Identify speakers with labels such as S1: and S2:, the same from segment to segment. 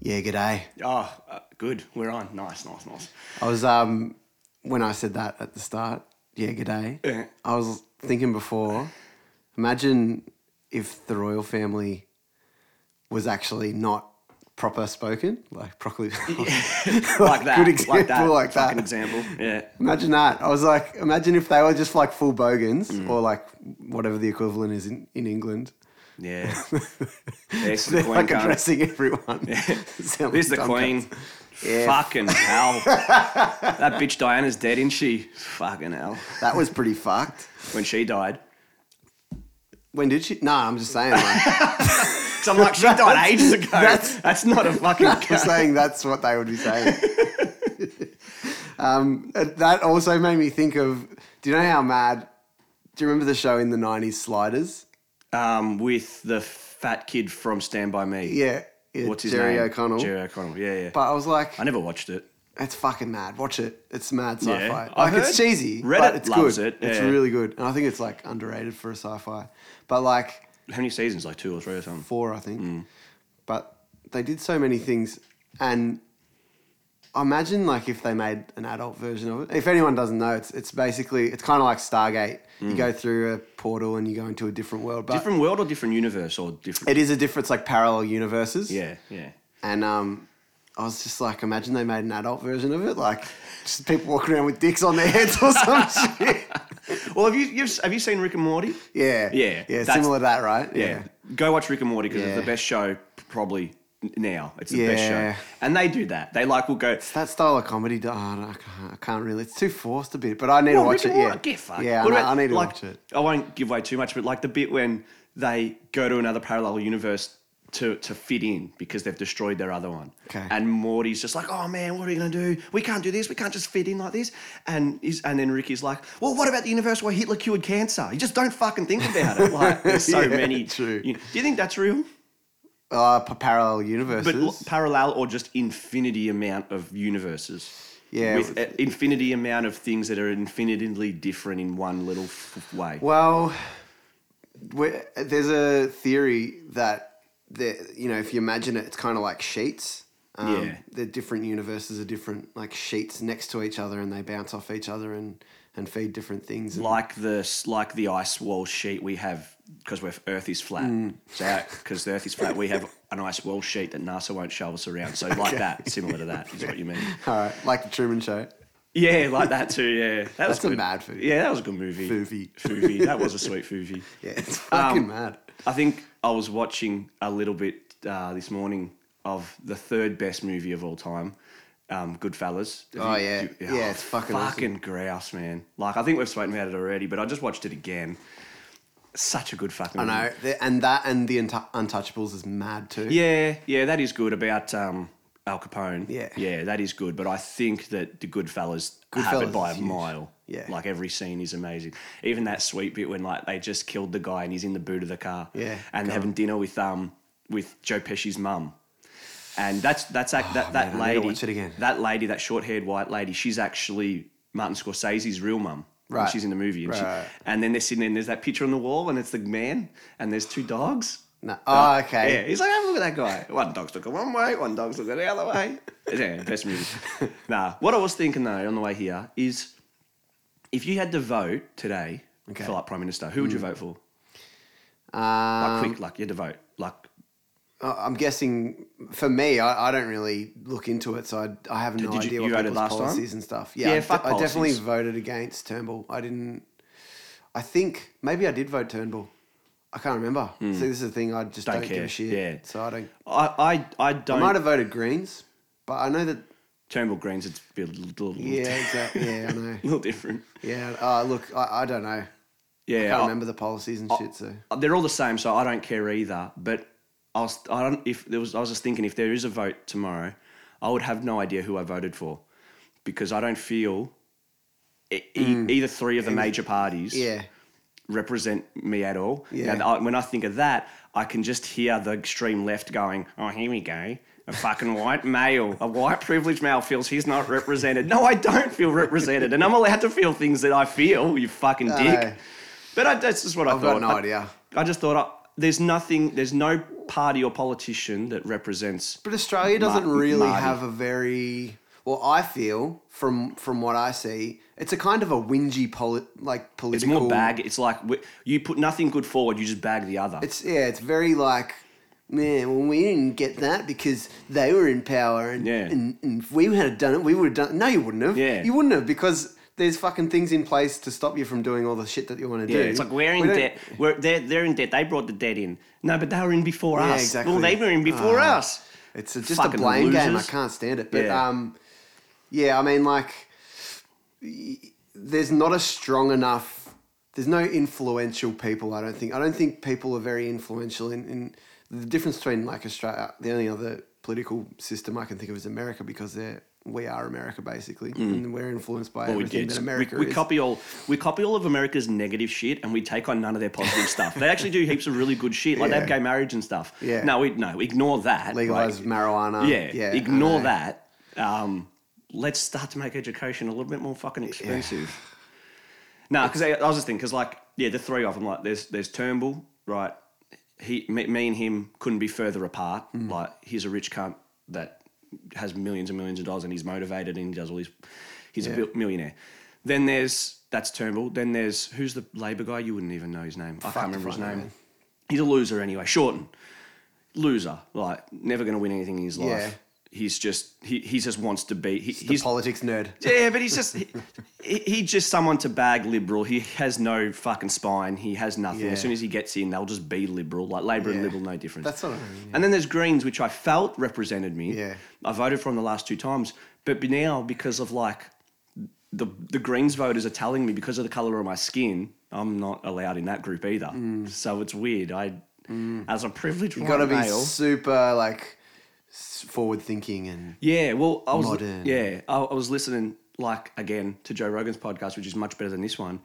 S1: Yeah, g'day.
S2: Oh, uh, good. We're on. Nice, nice, nice.
S1: I was um when I said that at the start, yeah, g'day.
S2: Yeah.
S1: I was thinking before, imagine if the royal family was actually not proper spoken, like properly
S2: Uh, Like that.
S1: Good example
S2: like that.
S1: like that.
S2: Fucking example. Yeah.
S1: Imagine that. I was like, imagine if they were just like full bogans
S2: Mm.
S1: or like whatever the equivalent is in, in England.
S2: Yeah. There's the
S1: They're
S2: queen.
S1: like
S2: cunt.
S1: addressing everyone. Sound
S2: There's the
S1: like dumb
S2: queen.
S1: cunts. Yeah.
S2: Fucking hell. that bitch Diana's dead, isn't she? Fucking hell.
S1: That was pretty fucked.
S2: When she died.
S1: When did she? No, I'm just saying. Like,
S2: 'Cause I'm like, she died ages ago. That's,
S1: that's-
S2: not a fucking
S1: I'm
S2: cunt.
S1: saying that's what they would be saying. um, and that also made me think of. Do you know how mad? Do you remember the show in the '90s, Sliders?
S2: Um, with the fat kid from Stand By Me.
S1: Yeah, yeah,
S2: What's his
S1: Jerry
S2: name?
S1: O'Connell.
S2: Jerry O'Connell. Yeah, yeah.
S1: But I was like,
S2: I never watched it.
S1: it's fucking mad. Watch it. It's mad
S2: Yeah.
S1: sci-fi.
S2: I
S1: Like it's
S2: heard
S1: cheesy,
S2: Reddit
S1: but it's
S2: loves
S1: good.
S2: it,
S1: It's
S2: yeah.
S1: really good, and I think it's like underrated for a sci-fi. But like
S2: How many seasons? Like two or three or something.
S1: four, I think.
S2: Mm.
S1: But they did so many things, and I imagine like if they made an adult version of it. If anyone doesn't know, it's it's basically it's kind of like Stargate. You go through a portal and you go into a different world, but
S2: Mm. Different world or different universe or different.
S1: it is a different. It's like parallel universes.
S2: yeah, yeah.
S1: And um, I was just like, imagine they made an adult version of it, like just people walking around with dicks on their heads or some shit.
S2: Well, have you you've, have you seen Rick and Morty?
S1: Yeah.
S2: Yeah,
S1: Yeah.
S2: that's-
S1: Similar to that, right?
S2: Go watch Rick and Morty because
S1: Yeah.
S2: it's the best show probably n- now. It's the best
S1: Yeah.
S2: show. And they do that. They like will go.
S1: That style of comedy, oh, I, can't, I can't really. It's too forced a bit, but I need
S2: "Oh,
S1: to watch
S2: Rick
S1: it.
S2: and
S1: Yeah.
S2: Morty, Get fucked.
S1: Yeah. I,
S2: What
S1: know-
S2: about,
S1: I need to
S2: like,
S1: watch it.
S2: I won't give away too much, but like the bit when they go to another parallel universe to, to fit in because they've destroyed their other one.
S1: Okay.
S2: And Morty's just like, oh man, what are we gonna do? We can't do this. We can't just fit in like this. And is and then Ricky's like, well, what about the universe where Hitler cured cancer? You just don't fucking think about it. Like, there's so
S1: Yeah,
S2: many.
S1: true.
S2: you- do you think that's real?
S1: Uh, p- parallel
S2: But l-
S1: universes.
S2: parallel or just infinity amount of universes.
S1: Yeah.
S2: With a- infinity amount of things that are infinitely different in one little f- way.
S1: well, we there's a theory that the you know if you imagine it, it's kind of like sheets. Um,
S2: Yeah.
S1: The different universes are different, like sheets next to each other, and they bounce off each other and and feed different things. and-
S2: Like the s- like the ice wall sheet we have because we're Earth is flat.
S1: Mm.
S2: So because the Earth is flat, we have an ice wall sheet that NASA won't shove us around. So like that, similar to that is what you mean.
S1: All right, like the Truman Show.
S2: Yeah, like that too. Yeah, that was
S1: That's a
S2: good.
S1: mad food.
S2: Yeah, that was a good movie. Um,
S1: Foovie.
S2: Foovie. That was a sweet foovie.
S1: Yeah, it's fucking mad.
S2: I think I was watching a little bit uh, this morning of the third best movie of all time, um, Goodfellas. Have
S1: Oh, yeah. Yeah, it's fucking awesome.
S2: fucking grouse, man. Like I think we've spoken about it already, but I just watched it again. Such a good fucking.
S1: I know, the- and that and the Untou- Untouchables is mad too.
S2: Yeah, yeah, that is good about um, Al Capone.
S1: Yeah.
S2: yeah, that is good. But I think that the Goodfellas, have
S1: Goodfellas
S2: it by a
S1: is huge.
S2: mile.
S1: Yeah.
S2: like every scene is amazing. Even that sweet bit when like they just killed the guy and he's in the boot of the car.
S1: Yeah,
S2: and
S1: go
S2: having dinner with um with Joe Pesci's mum. And that's that's act, that that
S1: Oh, man, I need to
S2: lady.
S1: watch it again.
S2: That lady, that short-haired white lady, she's actually Martin Scorsese's real mum. when
S1: Right.
S2: She's in the movie, and, she-
S1: Right.
S2: and then they're sitting there, and there's that picture on the wall, and it's the man, and there's two dogs.
S1: No. Oh, okay.
S2: Yeah, he's like, have a look at that guy. One dog's looking one way, one dog's looking the other way. yeah, best movie. Nah, what I was thinking though on the way here is, if you had to vote today
S1: Okay. Hmm.
S2: for like prime minister, who would you vote for?
S1: Um,
S2: Like quick, like you had to vote, like
S1: I- I'm guessing for me, I, I don't really look into it, so I, I have no
S2: Did you-
S1: idea
S2: you
S1: what
S2: voted
S1: people's
S2: last time?
S1: policies and stuff. Yeah,
S2: Yeah,
S1: I,
S2: fuck
S1: I definitely
S2: policies.
S1: voted against Turnbull. I didn't. I think maybe I did vote Turnbull. I can't remember. See, this is the thing. I just
S2: Hmm. Don't
S1: don't, give
S2: care.
S1: a shit.
S2: Yeah.
S1: So I don't.
S2: I, I, I
S1: I
S2: don't.
S1: might have voted Greens, but I know that.
S2: Turnbull Greens, it's a bit- little, little,
S1: Yeah, exactly. Yeah, I know.
S2: little different.
S1: Yeah. Uh, look, I, I don't know.
S2: Yeah,
S1: I can't
S2: I-
S1: remember the policies and shit. So
S2: they're all the same, so I don't care either. But I was, I don't if there was, I was just thinking if there is a vote tomorrow, I would have no idea who I voted for, because I don't feel e- e- either three of the major parties
S1: Hmm. yeah.
S2: represent me at all.
S1: Yeah.
S2: Now, I, when I think of that, I can just hear the extreme left going, "Oh, here we go." A fucking white male, a white privileged male feels he's not represented. No, I don't feel represented, and I'm allowed to feel things that I feel. You fucking dick.
S1: know.
S2: But I, that's just what I
S1: I've
S2: thought.
S1: got no
S2: I-
S1: idea.
S2: I just thought I, there's nothing, there's no party or politician that represents.
S1: But Australia doesn't
S2: Ma-
S1: really
S2: Mardi.
S1: have a very well. I feel from from what I see, it's a kind of a whingy poli- like
S2: It's
S1: political.
S2: more bag. It's like wi- you put nothing good forward, you just bag the other.
S1: It's yeah. It's very like man. Well, we didn't get that because they were in power, and
S2: Yeah.
S1: and, and if we had done it, we would have done. No, you wouldn't have.
S2: Yeah.
S1: you wouldn't have because. There's fucking things in place to stop you from doing all the shit that you want to
S2: yeah,
S1: do.
S2: it's like we're in
S1: We don't-
S2: debt. We're, they're, they're in debt. They brought the debt in. No, but they were in before
S1: Yeah,
S2: us.
S1: exactly.
S2: Well, they were in before
S1: Ah.
S2: us.
S1: It's a, just
S2: Fucking
S1: a blame game. I
S2: losers.
S1: can't stand it. But
S2: Yeah.
S1: yeah. um, yeah, I mean, like, y- there's not a strong enough. There's no influential people. I don't think. I don't think people are very influential in, in the difference between like Australia. The only other political system I can think of is America because they're we are America basically, and we're influenced by
S2: Well, Hmm. we
S1: everything
S2: did.
S1: that America
S2: we, we
S1: is.
S2: copy all we copy all of America's negative shit and we take on none of their positive stuff. They actually do heaps of really good shit, like they have
S1: Yeah.
S2: gay marriage and stuff.
S1: Yeah.
S2: No, we no, ignore that.
S1: legalize
S2: Like,
S1: marijuana.
S2: yeah,
S1: yeah. I
S2: Ignore
S1: know.
S2: that. Um, let's start to make education a little bit more fucking expensive. No, because I, I was just thinking, because like, yeah, the three of them, like, there's there's Turnbull, right? He, me, me and him couldn't be further apart.
S1: Mm.
S2: Like, he's a rich cunt that has millions and millions of dollars, and he's motivated, and he does all these. He's a bil- millionaire. Then there's that's Turnbull. Then there's who's the Labor guy? You wouldn't even know his name. I
S1: Fuck
S2: can't remember
S1: if
S2: his
S1: I know.
S2: name. He's a loser anyway. Shorten, loser. Like, never going to win anything in his life.
S1: Yeah.
S2: He's just he, he just wants to be. He,
S1: The
S2: he's
S1: politics nerd.
S2: yeah, but he's just he, he- he's just someone to bag liberal. He has no fucking spine. He has nothing.
S1: Yeah.
S2: As soon as he gets in, they'll just be liberal. Like Labor and
S1: Yeah.
S2: liberal, no difference.
S1: That's what I mean.
S2: And then there's Greens, which I felt represented me.
S1: Yeah.
S2: I voted for him the last two times, but be- now because of like the the Greens voters are telling me because of the color of my skin, I'm not allowed in that group either. So it's weird. I as a privileged
S1: Mm. You
S2: white
S1: gotta be
S2: male,
S1: super like forward thinking and
S2: Yeah, well, I was
S1: Modern.
S2: yeah, I, I was listening like again to Joe Rogan's podcast, which is much better than this one.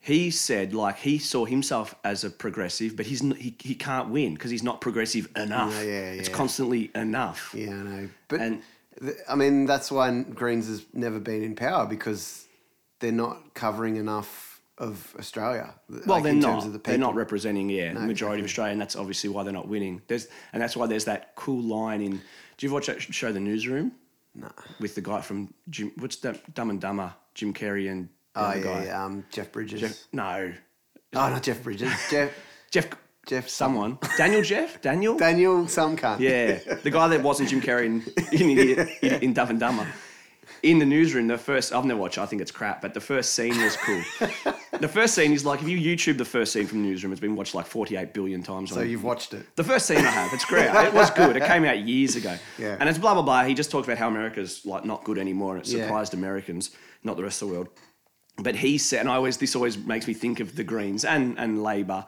S2: He said like he saw himself as a progressive, but he's n- he, he can't win because he's not progressive enough.
S1: Yeah, yeah,
S2: It's
S1: yeah.
S2: constantly enough.
S1: yeah, I know. But
S2: And-
S1: th- I mean, that's why Greens has never been in power because they're not covering enough of Australia. th-
S2: Well,
S1: like,
S2: they're
S1: in
S2: not.
S1: Terms of the people.
S2: they're not representing yeah the majority of Australia, and that's obviously why they're not winning. There's and that's why there's that cool line in. Do you ever watch that sh- show, The Newsroom?
S1: No.
S2: With the guy from Jim, what's that Dumb and Dumber? Jim Carrey and the
S1: Oh
S2: other
S1: yeah,
S2: guy.
S1: yeah, um, Jeff Bridges.
S2: No,
S1: Oh, not Jeff Bridges. Jeff
S2: Jeff.
S1: Jeff-
S2: Someone. Daniel. Jeff. Daniel.
S1: Daniel some cunt.
S2: Yeah, the guy that wasn't Jim Carrey in in, in, in Dumb and Dumber. In the newsroom, the first I've never watched. it, I think it's crap, but the first scene was cool. the first scene is like if you YouTube the first scene from Newsroom, it's been watched like forty-eight billion times.
S1: So
S2: on,
S1: you've watched it.
S2: the first scene I have. It's great. it was good. It came out years ago.
S1: Yeah.
S2: And it's blah blah blah. He just talks about how America's like not good anymore, and it
S1: Yeah.
S2: surprised Americans, not the rest of the world. But he said, and I always this always makes me think of the Greens and and Labor,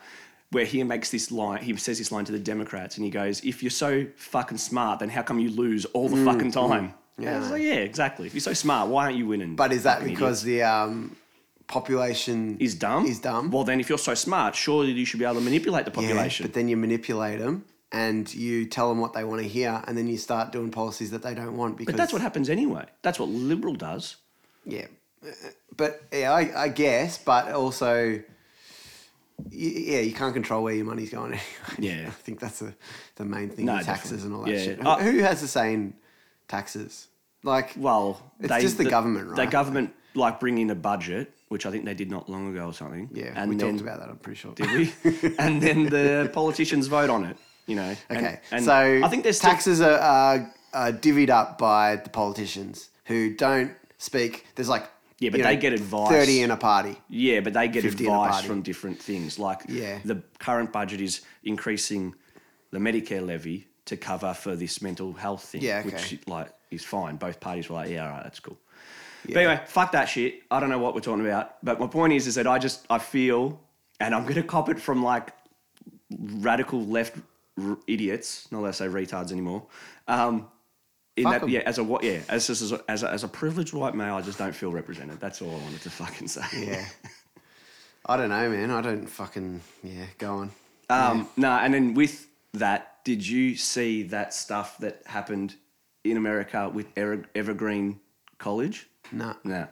S2: where he makes this line. He says this line to the Democrats, and he goes, "If you're so fucking smart, then how come you lose all the
S1: Mm,
S2: fucking time?" Yeah. I was like, yeah, exactly. If you're so smart, why aren't you winning?
S1: But is that
S2: Fucking
S1: because the um, population
S2: idiot. is dumb?
S1: Is dumb.
S2: Well, then if you're so smart, surely you should be able to manipulate the
S1: Yeah,
S2: population.
S1: but then you manipulate them and you tell them what they want to hear, and then you start doing policies that they don't want because
S2: but that's what happens anyway. That's what liberal does.
S1: Yeah, but yeah, I, I guess, but also, y- yeah, you can't control where your money's going. Anyway.
S2: Yeah.
S1: I think that's the the main thing.
S2: No,
S1: with taxes
S2: definitely.
S1: and all that
S2: Yeah.
S1: shit.
S2: Uh,
S1: Who who has the same taxes? Like,
S2: Well,
S1: It's just the government,
S2: The
S1: right?
S2: government like bring in a budget, which I think they did not long ago or something.
S1: yeah,
S2: and
S1: we
S2: then,
S1: talked about that. I'm pretty sure.
S2: did we? and then the politicians vote on it. You know. and-
S1: Okay,
S2: And
S1: so
S2: I think there's still-
S1: taxes are, are, are divvied up by the politicians who don't speak. There's like
S2: Yeah, but
S1: you
S2: they get advice.
S1: Thirty in a party.
S2: yeah, but they get
S1: 50 in a
S2: advice
S1: party.
S2: from different things. Like
S1: Yeah.
S2: the current budget is increasing the Medicare levy to cover for this mental health thing.
S1: Yeah, okay.
S2: which like is fine. Both parties were like, yeah, all right, that's cool. But anyway, fuck that shit. I don't know what we're talking about. But my point is, is that I just I feel, and I'm gonna cop it from like radical left r- idiots, not that I say retards anymore. Um, in
S1: Fuck
S2: that,
S1: 'em.
S2: yeah, as a what, yeah, as just as a, as a as a privileged white male, I just don't feel represented. That's all I wanted to fucking say.
S1: Yeah. I don't know, man. I don't fucking yeah. Go on.
S2: Um, No, and then with that, did you see that stuff that happened in America with Ever- Evergreen College?
S1: No.
S2: No.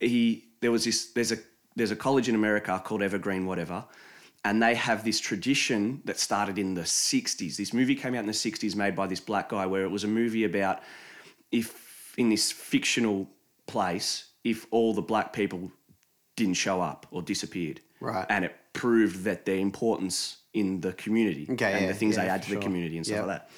S2: He there was this there's a there's a college in America called Evergreen whatever, and they have this tradition that started in the 60s. This movie came out in the 60s, made by this black guy, where it was a movie about if in this fictional place, if all the black people didn't show up or disappeared.
S1: Right.
S2: And it proved that their importance in the community
S1: Okay,
S2: and
S1: yeah,
S2: the things
S1: yeah,
S2: they add
S1: for
S2: to
S1: sure.
S2: the community and stuff
S1: Yep.
S2: like that.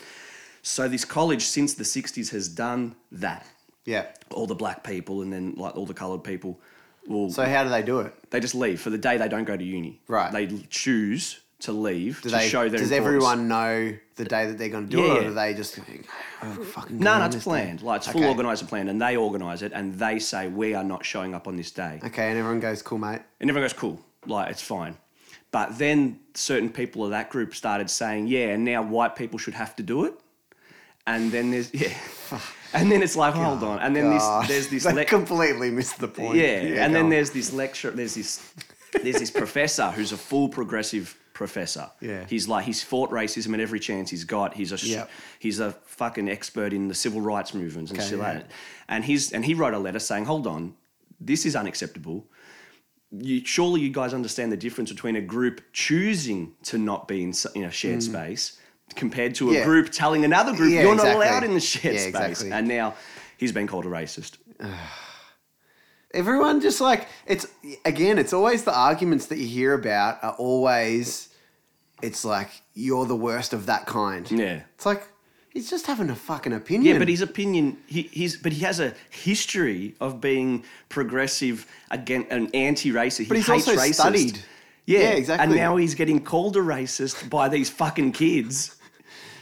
S2: So this college since the 60s has done that.
S1: Yeah.
S2: All the black people and then like all the colored people will
S1: So how do they do it?
S2: they just leave for the day they don't go to uni.
S1: Right.
S2: They l- choose to leave
S1: Do
S2: to
S1: they,
S2: show their
S1: does
S2: importance.
S1: everyone know the day that they're going to do
S2: Yeah,
S1: it, or
S2: yeah.
S1: do they just go, oh, fucking?
S2: No,
S1: God,
S2: no,
S1: I
S2: it's
S1: missed it."
S2: planned. Like it's full
S1: Okay.
S2: organizer plan, and they organize it, and they say we are not showing up on this day,
S1: Okay, and everyone goes, "Cool, mate."
S2: and everyone goes cool, like it's fine. But then certain people of that group started saying, yeah, and now white people should have to do it, and then there's yeah, and then it's like hold on, and then
S1: God.
S2: this there's this
S1: Ah. they
S2: le-
S1: completely missed the point.
S2: Yeah, and
S1: go
S2: then
S1: on.
S2: there's this lecture. There's this there's this professor who's a full progressive professor.
S1: Yeah.
S2: he's like he's fought racism at every chance he's got. He's a sh-
S1: Yep.
S2: he's a fucking expert in the civil rights movement and
S1: Okay,
S2: shit like
S1: yeah.
S2: that. And he's and he wrote a letter saying, "Hold on, this is unacceptable." You, surely you guys understand the difference between a group choosing to not be in, s- in a shared space compared to a
S1: Mm. Yeah.
S2: group telling another group
S1: Yeah,
S2: you're not
S1: exactly.
S2: allowed in the shared
S1: Yeah,
S2: space.
S1: exactly.
S2: And now he's been called a racist.
S1: Everyone just like it's again, it's always the arguments that you hear about are always it's like you're the worst of that kind.
S2: Yeah.
S1: It's like he's just having a fucking opinion.
S2: Yeah, but his opinion, he, he's but he has a history of being progressive again, an anti-racist. He
S1: But he's
S2: hates
S1: also
S2: racist.
S1: studied.
S2: Yeah,
S1: Yeah, exactly.
S2: And now he's getting called a racist by these fucking kids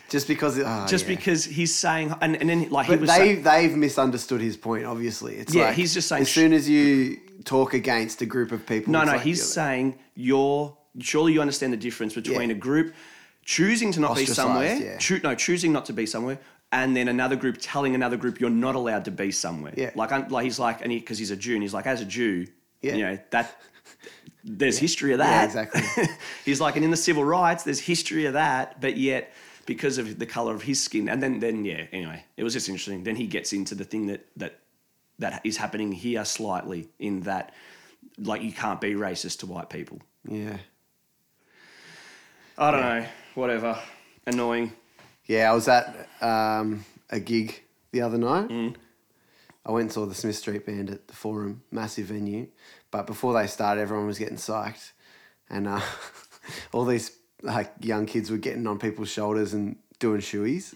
S1: just because oh,
S2: just
S1: yeah.
S2: because he's saying and, and then like he
S1: But
S2: was
S1: they
S2: saying,
S1: they've misunderstood his point, obviously. It's
S2: Yeah,
S1: like
S2: he's just saying
S1: as
S2: sh-
S1: soon as you talk against a group of people.
S2: no,
S1: it's
S2: no,
S1: like
S2: he's
S1: you're-
S2: saying you're surely you understand the difference between
S1: Yeah.
S2: a group choosing to not be
S1: Ostracised,
S2: somewhere,
S1: yeah.
S2: choo- no, choosing not to be somewhere, and then another group telling another group you're not allowed to be somewhere.
S1: Yeah.
S2: like I'm, like he's like, and because he's a Jew, and he's like, as a Jew,
S1: Yeah.
S2: you know that there's history of
S1: Yeah,
S2: that.
S1: exactly.
S2: he's like, and in the civil rights, there's history of that, but yet. Because of the color of his skin, and then, then yeah. Anyway, it was just interesting. Then he gets into the thing that that that is happening here slightly in that like you can't be racist to white people.
S1: Yeah.
S2: I don't know, whatever. Annoying.
S1: Yeah, I was at um, a gig the other night.
S2: Mm.
S1: I went and saw the Smith Street Band at the Forum, massive venue. But before they started, everyone was getting psyched, and uh, all these like young kids were getting on people's shoulders and doing shoeys.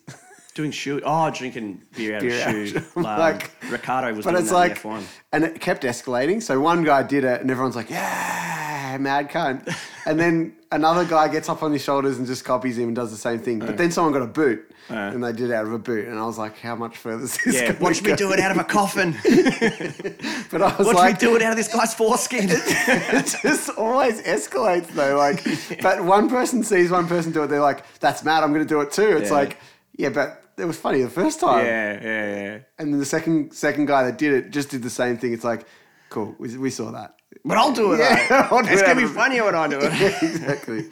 S2: Doing shoe. Oh, drinking beer out
S1: Beer out
S2: of shoe.
S1: of-
S2: Um,
S1: like-
S2: Ricardo was
S1: but
S2: doing
S1: it's
S2: that
S1: like,
S2: in F1.
S1: and it kept escalating. So one guy did it, and everyone's like, "Yeah, mad cunt," and then another guy gets up on his shoulders and just copies him and does the same thing. But then someone got a boot, and they did it out of a boot, and I was like, "How much further is this?"
S2: Yeah,
S1: gonna
S2: watch me
S1: go?
S2: do it out of a coffin.
S1: But I was
S2: Watch
S1: like,
S2: me do it out of this guy's foreskin.
S1: it just always escalates though. Like, but one person sees one person do it, they're like, "That's mad. I'm going to do it too." It's
S2: Yeah.
S1: like, yeah, but it was funny the first time,
S2: yeah, yeah, yeah.
S1: and then the second second guy that did it just did the same thing. It's like, cool, we, we saw that.
S2: But I'll do it.
S1: Yeah,
S2: though.
S1: I'll do
S2: it's
S1: it out
S2: gonna be
S1: of-
S2: funnier when I do it.
S1: Yeah, exactly.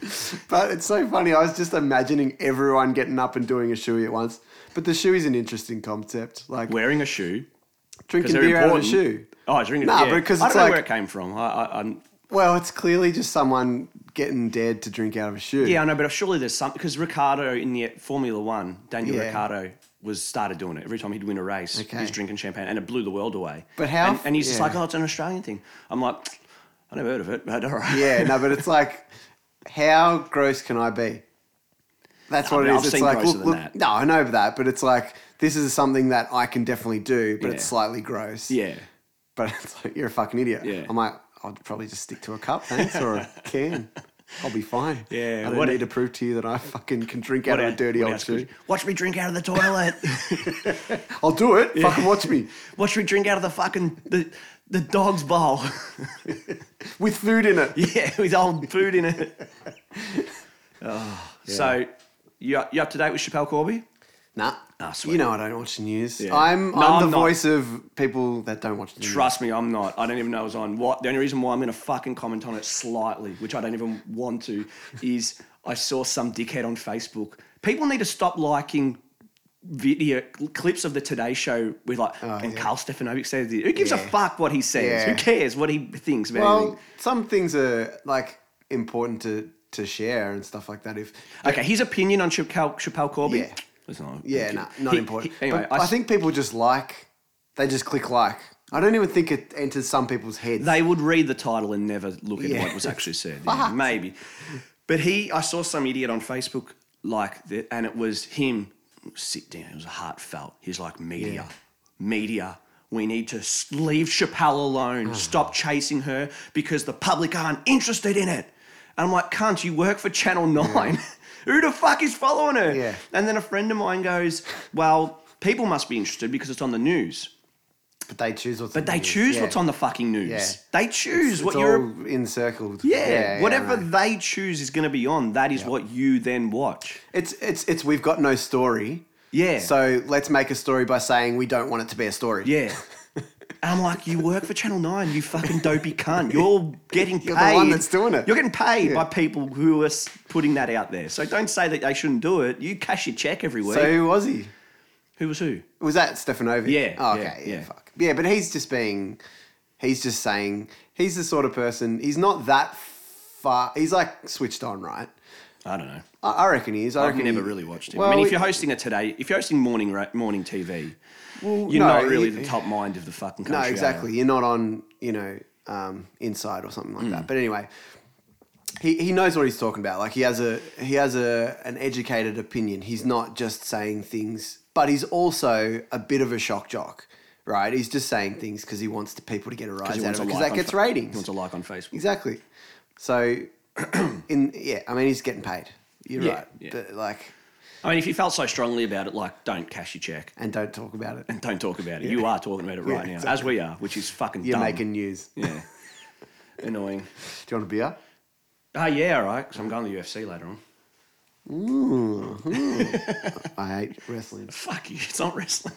S1: but it's so funny. I was just imagining everyone getting up and doing a shoey at once. But the shoe is an interesting concept. Like
S2: Wearing a shoe
S1: drinking
S2: because they're
S1: beer out of
S2: important.
S1: a shoe.
S2: Oh, drinking.
S1: Nah,
S2: yeah.
S1: because
S2: I
S1: it's
S2: don't know
S1: like-
S2: where it came from. I, I, I'm
S1: Well, it's clearly just someone getting dared to drink out of a shoe.
S2: Yeah, I know, but surely there's some because Ricardo in the Formula One, Daniel
S1: Yeah.
S2: Ricciardo was started doing it every time he'd win a race.
S1: Okay.
S2: He's drinking champagne, and it blew the world away.
S1: But how-
S2: And, and he's just
S1: yeah.
S2: like, "Oh, it's an Australian thing." I'm like, "I never heard of it, but all right."
S1: Yeah, no, but it's like, how gross can I be? That's
S2: I
S1: what it
S2: mean, I've
S1: is. It's
S2: seen
S1: like,
S2: grosser
S1: look,
S2: than
S1: look-
S2: that.
S1: no, I know that, but it's like, this is something that I can definitely do, but it's
S2: Yeah.
S1: slightly gross.
S2: yeah,
S1: But it's like, you're a fucking idiot.
S2: Yeah.
S1: I'm like, I'll probably just stick to a cup, thanks, or a can. I'll be fine.
S2: Yeah,
S1: I don't
S2: what
S1: need
S2: a-
S1: to prove to you that I fucking can drink out
S2: What
S1: of a
S2: else-
S1: dirty
S2: what
S1: old
S2: else could
S1: shoe.
S2: you- Watch me drink out of the toilet.
S1: I'll do it. Fucking watch me.
S2: Watch me drink out of the fucking the the dog's bowl.
S1: With food in it.
S2: yeah, with old food in it. Oh, So, you you up to date with Chappelle Corby?
S1: Nah.
S2: Ah, sweet.
S1: you know I don't watch the news.
S2: Yeah.
S1: I'm,
S2: No,
S1: I'm,
S2: I'm
S1: the
S2: not.
S1: voice of people that don't watch the news.
S2: Trust me, I'm not. I don't even know it was on. What the only reason why I'm going to fucking comment on it slightly, which I don't even want to, is I saw some dickhead on Facebook. People need to stop liking video clips of the Today Show with like and
S1: Oh, yeah.
S2: Carl Stefanovic says this. Who gives a
S1: Yeah.
S2: fuck what he says?
S1: Yeah.
S2: Who cares what he thinks about
S1: Well,
S2: anything?
S1: some things are like important to to share and stuff like that. If
S2: Okay, his opinion on Chappelle, Chappelle Corby.
S1: Yeah.
S2: It's not,
S1: yeah,
S2: okay.
S1: nah, not
S2: He-
S1: important.
S2: he- anyway,
S1: but
S2: I,
S1: I, think people just like they just click like. I don't even think it enters some people's heads.
S2: they would read the title and never look at
S1: Yeah.
S2: what was actually said. Yeah, maybe, but he, I saw some idiot on Facebook like that, and it was him. Sit down. It was heartfelt. He's like media, media. We need to s- leave Chappelle
S1: Uh-huh.
S2: alone. Stop chasing her because the public aren't interested in it. And I'm like, cunt, you work for Channel Nine. Who the fuck is following her?
S1: Yeah.
S2: And then a friend of mine goes, well, people must be interested because it's on the news.
S1: but they choose what's.
S2: But they choose what's on the fucking news.
S1: Yeah.
S2: They choose
S1: It's
S2: what
S1: all
S2: you're.
S1: encircled.
S2: Yeah,
S1: I
S2: whatever
S1: know.
S2: they choose is going to be on. That is what you then watch.
S1: It's it's it's we've got no story.
S2: Yeah.
S1: So let's make a story by saying we don't want it to be a story.
S2: yeah. and I'm like, you work for Channel Nine, you fucking dopey cunt. You're getting paid.
S1: You're the one that's doing it.
S2: You're getting paid
S1: Yeah.
S2: by people who are s- putting that out there. So don't say that they shouldn't do it. You cash your check every week.
S1: So who was he?
S2: who was who?
S1: Was that Stefanovic?
S2: Yeah,
S1: Oh,
S2: yeah,
S1: okay. Yeah,
S2: yeah.
S1: Fuck. Yeah, but he's just being. He's just saying he's the sort of person. He's not that far. He's like switched on, right?
S2: I don't know.
S1: I, I reckon he is. I
S2: I've
S1: reckon
S2: never
S1: he-
S2: really watched him.
S1: Well,
S2: I mean, if
S1: it-
S2: you're hosting it today, if you're hosting morning ra- morning TV,
S1: Well,
S2: you're
S1: no,
S2: not really
S1: he-
S2: the top mind of the fucking country.
S1: No,
S2: are you?
S1: exactly. You're not on, you know, um, inside or something like
S2: Mm.
S1: that. But anyway, he, he knows what he's talking about. Like he has a he has a an educated opinion. He's not just saying things, but he's also a bit of a shock jock, right? He's just saying things because he wants the people to get a rise
S2: He
S1: out
S2: wants
S1: of it
S2: a
S1: because
S2: like
S1: that
S2: on
S1: gets
S2: Fa-
S1: ratings.
S2: He wants a like on Facebook.
S1: Exactly. So, in yeah, I mean, he's getting paid. You're
S2: Yeah,
S1: right.
S2: yeah.
S1: The- like,
S2: I mean, if you felt so strongly about it, like, don't cash your check
S1: and don't talk about it.
S2: and don't talk about it. You are talking about it right now, as we are, which is fucking
S1: You're
S2: dumb.
S1: making news.
S2: yeah. Annoying.
S1: Do you want a beer?
S2: Oh, yeah, all right, because I'm going to the UFC later on.
S1: Ooh, ooh. I hate wrestling.
S2: Fuck you, it's not wrestling.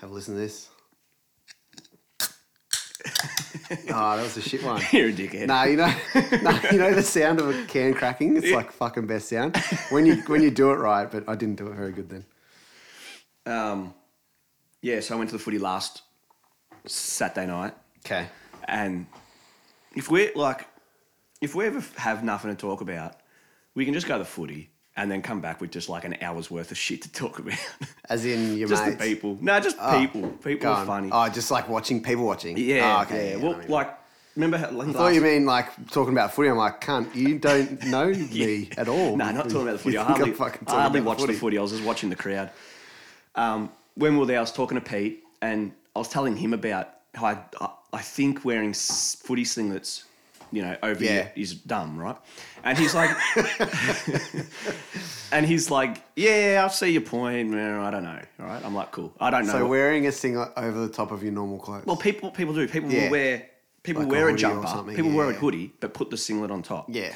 S1: Have a listen to this. oh, that was a shit one.
S2: You're a dickhead.
S1: Nah, you know, nah, you know the sound of a can cracking. It's like fucking best sound when you when you do it right. But I didn't do it very good then.
S2: Um, yeah, so I went to the footy last Saturday night,
S1: Okay.
S2: and if we're like, if we ever have nothing to talk about, we can just go to the footy and then come back with just like an hour's worth of shit to talk about.
S1: As in your
S2: just
S1: mates.
S2: the people. No, just
S1: Oh,
S2: people. People
S1: go
S2: are
S1: on.
S2: funny.
S1: Oh, just like watching people watching.
S2: Yeah.
S1: Oh, okay.
S2: Yeah.
S1: yeah,
S2: well,
S1: I know.
S2: like, remember how.
S1: I thought you mean like talking about footy. I'm like, cunt, you don't know me at all.
S2: No, not talking about the footy.
S1: You
S2: I
S1: think I'm
S2: hardly,
S1: fucking
S2: I
S1: talking
S2: hardly
S1: about
S2: watched the footy. I was just watching the crowd. Um, when we were there, I was talking to Pete and I was telling him about how I, I, I think wearing s- footy singlets, you know, over
S1: Yeah.
S2: here is dumb, right? And he's like, and he's like, yeah, I see your point. man, I don't know. All right. I'm like, cool. I don't know.
S1: So
S2: what-
S1: wearing a singlet over the top of your normal clothes.
S2: well, people people do. People
S1: Yeah.
S2: will wear. People
S1: Like a
S2: wear a,
S1: hoodie or
S2: jumper.
S1: something,
S2: People wear a
S1: yeah.
S2: hoodie, but put the singlet on top.
S1: yeah.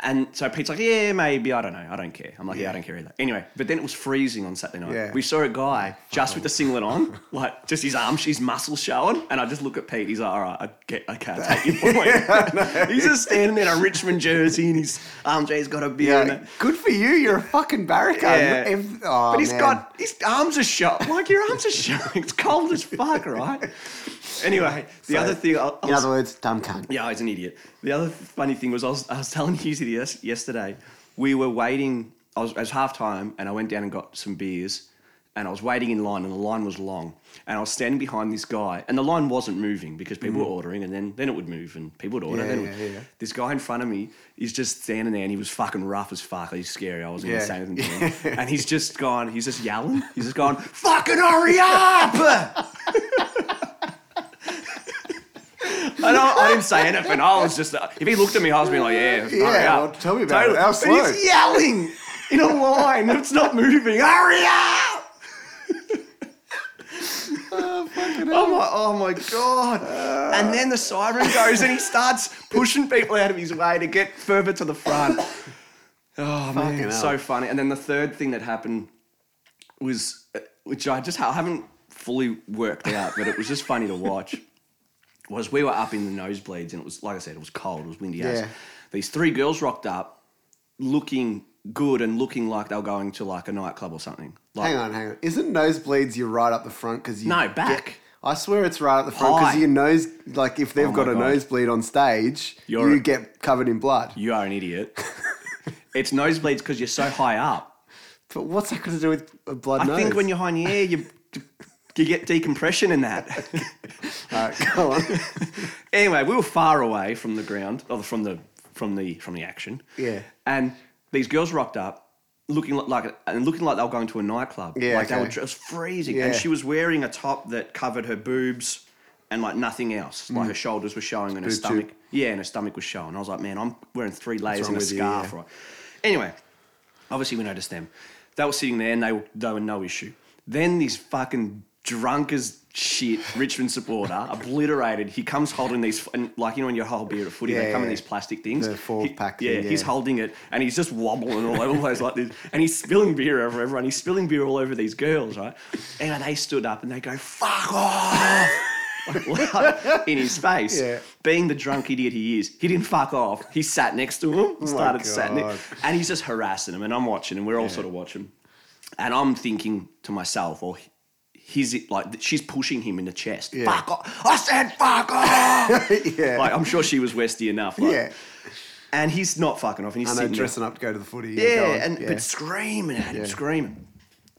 S2: And so Pete's like, yeah, maybe. I don't know. I don't care. I'm like, yeah,
S1: Yeah.
S2: I don't care either. Anyway, but then it was freezing on Saturday night.
S1: Yeah. Oh,
S2: We saw a guy just with the singlet on, like just his arms, his muscles showing. And I just look at Pete. He's like, all right, I get, okay, I take your point. he's just standing there in a Richmond jersey and his RJ's got a beer.
S1: Yeah,
S2: and a,
S1: good for you. You're a fucking barracuda.
S2: Yeah.
S1: Ev- oh,
S2: but he's
S1: man.
S2: got his arms are shot. Like your arms are shot. It's cold as fuck, right? Anyway, the
S1: So,
S2: other thing, I, I
S1: In
S2: was-
S1: other words, dumb cunt.
S2: Yeah, I was an idiot. The other funny thing was I was, I was telling you this yesterday. We were waiting. I was, it was half time, and I went down and got some beers, and I was waiting in line, and the line was long, and I was standing behind this guy, and the line wasn't moving because people were ordering, and then then it would move, and people would order.
S1: Mm-hmm. Yeah,
S2: then it
S1: yeah,
S2: would-
S1: yeah, yeah.
S2: This guy in front of me is just standing there, and he was fucking rough as fuck. He's scary. I wasn't
S1: Yeah.
S2: gonna say anything to him, and he's just gone. He's just yelling. He's just gone. Fucking hurry up! I, don't, I didn't say anything. I was just, uh, if he looked at me, I was being like, yeah, hurry
S1: Yeah,
S2: up.
S1: well, tell me about it. How
S2: But
S1: slow?
S2: He's yelling in a line that's not moving. Hurry up! I'm like, oh my god! and then the siren goes, and he starts pushing people out of his way to get further to the front. Oh man,
S1: Fucking hell.
S2: so funny. And then the third thing that happened was, uh, which I just ha- haven't fully worked out, but it was just funny to watch. Was we were up in the nosebleeds, and it was like I said, it was cold, it was windy as.
S1: Yeah.
S2: These three girls rocked up, looking good and looking like they were going to like a nightclub or something. Like,
S1: Hang on, hang on. Isn't nosebleeds you're right up the front because you
S2: No,
S1: get-
S2: back.
S1: I swear it's right at the front because
S2: High.
S1: your nose, like if they've
S2: Oh
S1: got
S2: my
S1: a
S2: God.
S1: nosebleed on stage,
S2: You're-
S1: you get covered in blood.
S2: You are an idiot. it's nosebleeds because you're so high up.
S1: But what's that got to do with a blood
S2: I
S1: nose?
S2: think when you're high in the air, you you get decompression in that.
S1: All right, go on.
S2: anyway, we were far away from the ground, or from the from the from the action.
S1: Yeah.
S2: And these girls rocked up, looking li- like and looking like they were going to a nightclub.
S1: Yeah,
S2: Like they were
S1: okay.
S2: just freezing,
S1: Yeah.
S2: and she was wearing a top that covered her boobs and like nothing else. Like her shoulders were showing and her
S1: Boob Mm. tube.
S2: stomach. Yeah, and her stomach was showing. I was like, man, I'm wearing three layers
S1: wrong
S2: and a
S1: with you,
S2: scarf.
S1: yeah.
S2: Right. Anyway, obviously we noticed them. They were sitting there and they were, they were no issue. Then this fucking drunk as shit Richmond supporter, obliterated. He comes holding these, and like you know, when you hold beer at footy, they
S1: Yeah,
S2: come in
S1: yeah.
S2: these plastic things.
S1: The four
S2: He-
S1: pack
S2: Yeah,
S1: thing,
S2: he's
S1: yeah.
S2: holding it and he's just wobbling all over the place like this. And he's spilling beer over everyone. He's spilling beer all over these girls, right? And they stood up and they go, fuck off. Like, loud in his face,
S1: Yeah.
S2: being the drunk idiot he is, he didn't fuck off. He sat next to him,
S1: Oh my
S2: started sat
S1: God.
S2: next, and he's just harassing him, and I'm watching, and we're all sort of watching, and I'm thinking to myself, or he's like she's pushing him in the chest.
S1: Yeah.
S2: Fuck off! I said fuck off.
S1: yeah.
S2: Like I'm sure she was Westy enough. Like,
S1: yeah.
S2: And he's not fucking off, and he's
S1: I know,
S2: sitting there.
S1: dressing up to go to the footy.
S2: Yeah,
S1: go on.
S2: and
S1: yeah.
S2: but screaming at him,
S1: Yeah.
S2: screaming.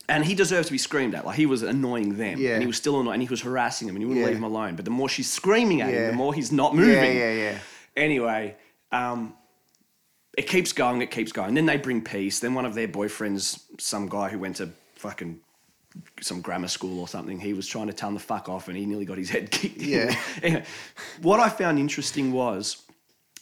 S2: And he deserves to be screamed at. Like he was annoying them,
S1: Yeah.
S2: and he was still annoying, and he was harassing them, and he wouldn't
S1: Yeah.
S2: leave him alone. But the more she's screaming at
S1: Yeah.
S2: him, the more he's not
S1: yeah,
S2: moving.
S1: yeah, yeah.
S2: Anyway, um, it keeps going, it keeps going. Then they bring peace. Then one of their boyfriends, some guy who went to fucking some grammar school or something, he was trying to tell him the fuck off and he nearly got his head kicked. in.
S1: Yeah.
S2: anyway, what I found interesting was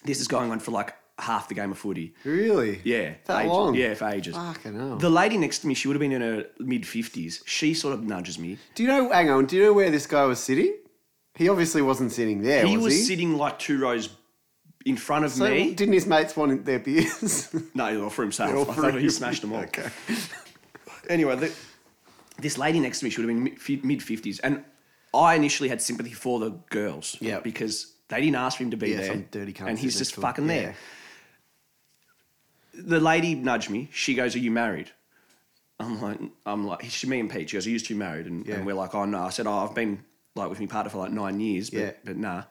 S2: this is going on for like half the game of footy.
S1: Really?
S2: Yeah.
S1: That
S2: ages.
S1: long?
S2: Yeah, for ages.
S1: Fucking hell.
S2: The lady next to me, she would have been in her mid 50s. She sort of nudges me.
S1: Do you know? Hang on. Do you know where this guy was sitting? He obviously wasn't sitting there.
S2: he was
S1: he?
S2: sitting like two rows in front of
S1: So
S2: me.
S1: didn't his mates want their beers?
S2: No, they were for himself.
S1: all
S2: I
S1: for
S2: thought he
S1: him.
S2: smashed them all. okay. anyway, the, this lady next to me should have been mid fifties, and I initially had sympathy for the girls.
S1: Yeah.
S2: Because they didn't ask for him to be
S1: Yeah,
S2: there,
S1: some dirty cunt
S2: and he's
S1: sitting next
S2: just
S1: to him.
S2: fucking there. The lady nudged me. She goes, "Are you married?" I'm like, I'm like, she, me and Pete. She goes, "Are you two married?" And,
S1: Yeah.
S2: and we're like, "Oh no." I said, "Oh, I've been like with my partner for like nine years, but,
S1: Yeah.
S2: but nah."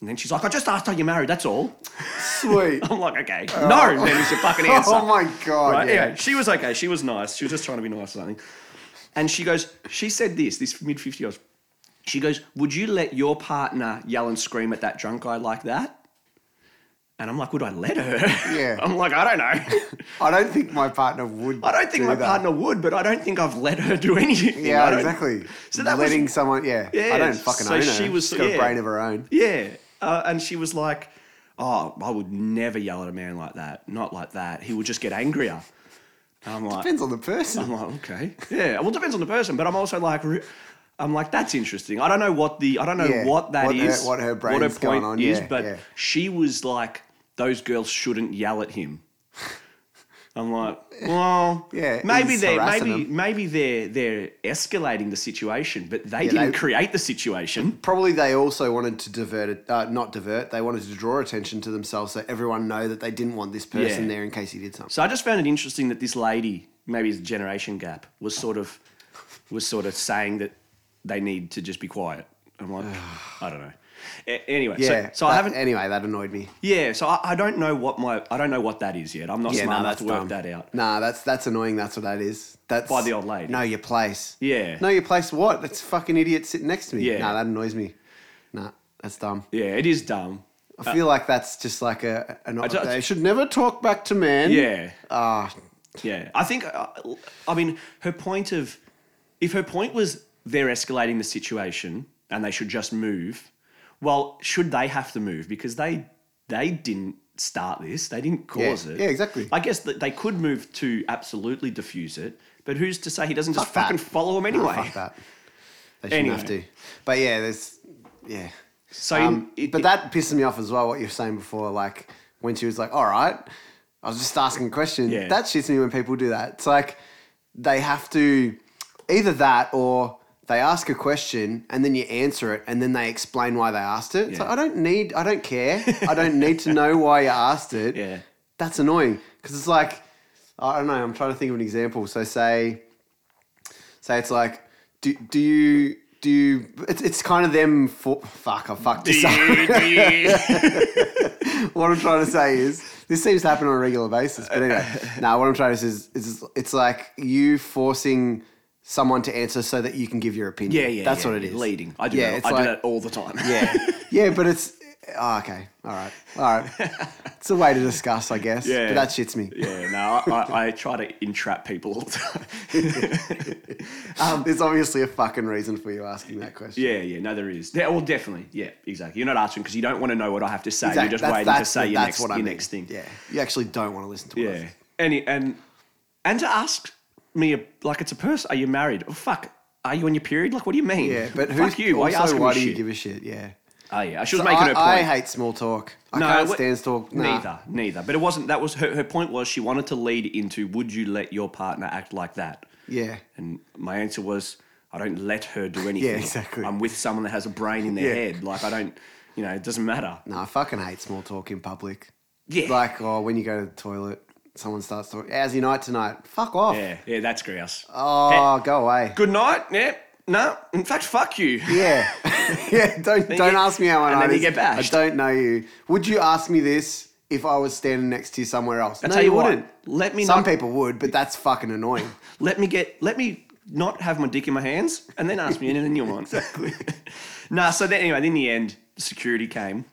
S2: And then she's like, "I just asked, are you married? That's all."
S1: Sweet.
S2: I'm like, "Okay, no." Then it's your fucking answer.
S1: Oh my god.
S2: Right?
S1: Yeah.
S2: Anyway, she was okay. She was nice. She was just trying to be nice or something. And she goes, she said this, this mid 50 year old. She goes, Would you let your partner yell and scream at that drunk guy like that? And I'm like, Would I let her?
S1: Yeah.
S2: I'm like, I don't know.
S1: I don't think my partner would.
S2: I don't think
S1: do
S2: my
S1: that.
S2: partner would, but I don't think I've let her do anything. I
S1: Yeah,
S2: don't-
S1: exactly.
S2: So that was-
S1: letting someone. Yeah.
S2: Yeah,
S1: I don't fucking
S2: so
S1: own her.
S2: she was-
S1: She's got
S2: yeah.
S1: a brain of her own.
S2: Yeah. Uh, and she was like, Oh, I would never yell at a man like that. Not like that. He would just get angrier. And I'm like,
S1: Depends on the person.
S2: I'm like, okay, yeah. Well, it depends on the person, but I'm also like, re- I'm like, that's interesting. I don't know what the, I don't know
S1: Yeah,
S2: what that
S1: what
S2: is,
S1: her- what her brain's going on, yeah,
S2: but
S1: yeah.
S2: she was like, those girls shouldn't yell at him. I'm like, well,
S1: Yeah,
S2: maybe
S1: he's
S2: they're
S1: harassing
S2: maybe
S1: them.
S2: maybe they're they're escalating the situation, but they
S1: Yeah,
S2: didn't
S1: they-
S2: create the situation.
S1: Probably they also wanted to divert it, uh, not divert. They wanted to draw attention to themselves so everyone know that they didn't want this person
S2: Yeah.
S1: there in case he did something.
S2: So I just found it interesting that this lady, maybe it's a generation gap, was sort of was sort of saying that they need to just be quiet. I'm like, I don't know. A- anyway,
S1: Yeah.
S2: so, so I
S1: that-
S2: haven't.
S1: Anyway, that annoyed me.
S2: Yeah, so I, I don't know what my I don't know what that is yet. I'm not
S1: Yeah,
S2: smart
S1: nah,
S2: enough
S1: that's
S2: to
S1: dumb.
S2: work that out.
S1: Nah, that's that's annoying. That's what that is. That's
S2: By the old lady.
S1: Know your place.
S2: Yeah.
S1: Know your place. What? That's fucking idiot sitting next to me.
S2: Yeah.
S1: Nah, that annoys me. Nah, that's dumb.
S2: Yeah, it is dumb.
S1: I feel like that's just like a an.
S2: don't-
S1: they should never talk back to men.
S2: Yeah,
S1: Ah,
S2: yeah. I think uh, I mean her point of if her point was they're escalating the situation and they should just move. Well, should they have to move because they they didn't start this. They didn't cause it.
S1: yeah, exactly.
S2: I guess that they could move to absolutely diffuse it, but who's to say he doesn't just
S1: Fuck that.
S2: fucking follow him anyway?
S1: Ah, fuck that. They shouldn't have
S2: Anyway.
S1: to. But yeah, there's yeah.
S2: So,
S1: Um,
S2: it-
S1: but
S2: it-
S1: that pissed me off as well. What you were saying before, like when she was like, "All right," I was just asking a question.
S2: Yeah.
S1: That shits me when people do that. It's like they have to either that or they ask a question and then you answer it and then they explain why they asked it. It's
S2: Yeah.
S1: like, I don't need, I don't care. I don't need to know why you asked it.
S2: Yeah.
S1: That's annoying because it's like I don't know. I'm trying to think of an example. So say, say it's like, do do you do you? It's, it's kind of them. For, fuck, I fucked this up. what I'm trying to say is this seems to happen on a regular basis. But anyway, now what I'm trying to say is, is it's like you forcing someone to answer so that you can give your opinion.
S2: yeah, yeah.
S1: That's
S2: yeah,
S1: what it
S2: yeah,
S1: is.
S2: Leading. I do.
S1: Yeah,
S2: that.
S1: it's
S2: I
S1: like-
S2: do that all the time.
S1: Yeah, yeah, but it's oh, okay. All right, all right. It's a way to discuss, I guess.
S2: Yeah.
S1: but that shits me.
S2: yeah. No, I, I, I try to entrap people all the time.
S1: Um, There's obviously a fucking reason for you asking that question.
S2: Yeah, yeah, no, there is. Yeah, well, definitely. Yeah, exactly. You're not asking because you don't want to know what I have to say.
S1: Exact-
S2: You're just
S1: that's-
S2: waiting
S1: that's-
S2: to say your,
S1: that's
S2: next,
S1: what I
S2: your
S1: mean.
S2: next thing.
S1: Yeah, you actually don't want to listen to
S2: Yeah.
S1: it.
S2: Any and and to ask me like it's a person. Are you married? Oh, fuck. Are you on your period? Like, what do you mean?
S1: Yeah, but
S2: fuck
S1: who's
S2: you. Why are you
S1: also,
S2: asking
S1: why
S2: me
S1: do you
S2: shit?
S1: give a shit? Yeah,
S2: Oh yeah, I should
S1: So
S2: was making
S1: I,
S2: her
S1: I
S2: point.
S1: hate small talk. I
S2: No,
S1: can't
S2: what-
S1: stand talk. Nah.
S2: Neither, neither. But it wasn't. That was her. Her point was she wanted to lead into would you let your partner act like that?
S1: Yeah.
S2: And my answer was, I don't let her do anything.
S1: exactly.
S2: I'm with someone that has a brain in their
S1: Yeah.
S2: head. Like I don't, you know, it doesn't matter.
S1: No, I fucking hate small talk in public.
S2: Yeah.
S1: Like, oh, when you go to the toilet, someone starts talking, how's your night tonight? Fuck off.
S2: Yeah, yeah, that's grouse.
S1: Oh, go away.
S2: Good night. Yeah, no. In fact, fuck you.
S1: Yeah. yeah, don't
S2: Then
S1: don't
S2: you-
S1: ask me how my
S2: and
S1: night
S2: then you
S1: is.
S2: get bashed.
S1: I don't know you. Would you ask me this if I was standing next to you somewhere else?
S2: I
S1: no,
S2: tell you, what,
S1: wouldn't.
S2: Let me
S1: Some
S2: not,
S1: people would, but that's fucking annoying.
S2: let me get let me not have my dick in my hands and then ask me anything you want. nah, so then anyway, in the end, security came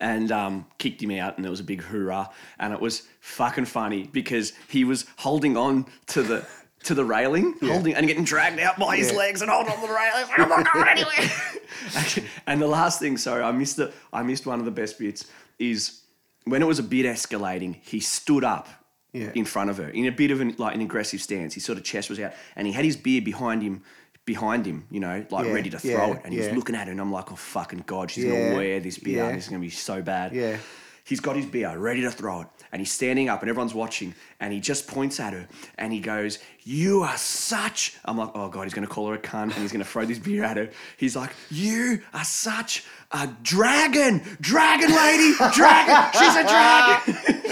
S2: and um, kicked him out, and there was a big hoorah, and it was fucking funny because he was holding on to the to the railing, holding and getting dragged out by his
S1: Yeah.
S2: legs and holding on to the railing. I'm not going anywhere. and the last thing, sorry, I missed the I missed one of the best bits is when it was a bit escalating, he stood up.
S1: Yeah.
S2: In front of her, in a bit of an like an aggressive stance, his sort of chest was out, and he had his beard behind him, behind him, you know, like
S1: Yeah,
S2: ready to throw
S1: yeah,
S2: it. And he
S1: yeah.
S2: was looking at her, and I'm like, oh fucking god, she's
S1: Yeah,
S2: gonna wear this beard.
S1: yeah.
S2: This is gonna be so bad.
S1: Yeah.
S2: He's got his beer ready to throw it, and he's standing up, and everyone's watching, and he just points at her, and he goes, "You are such." I'm like, "Oh god, he's gonna call her a cunt, and he's gonna throw this beer at her." He's like, "You are such a dragon, dragon lady, dragon. She's a dragon."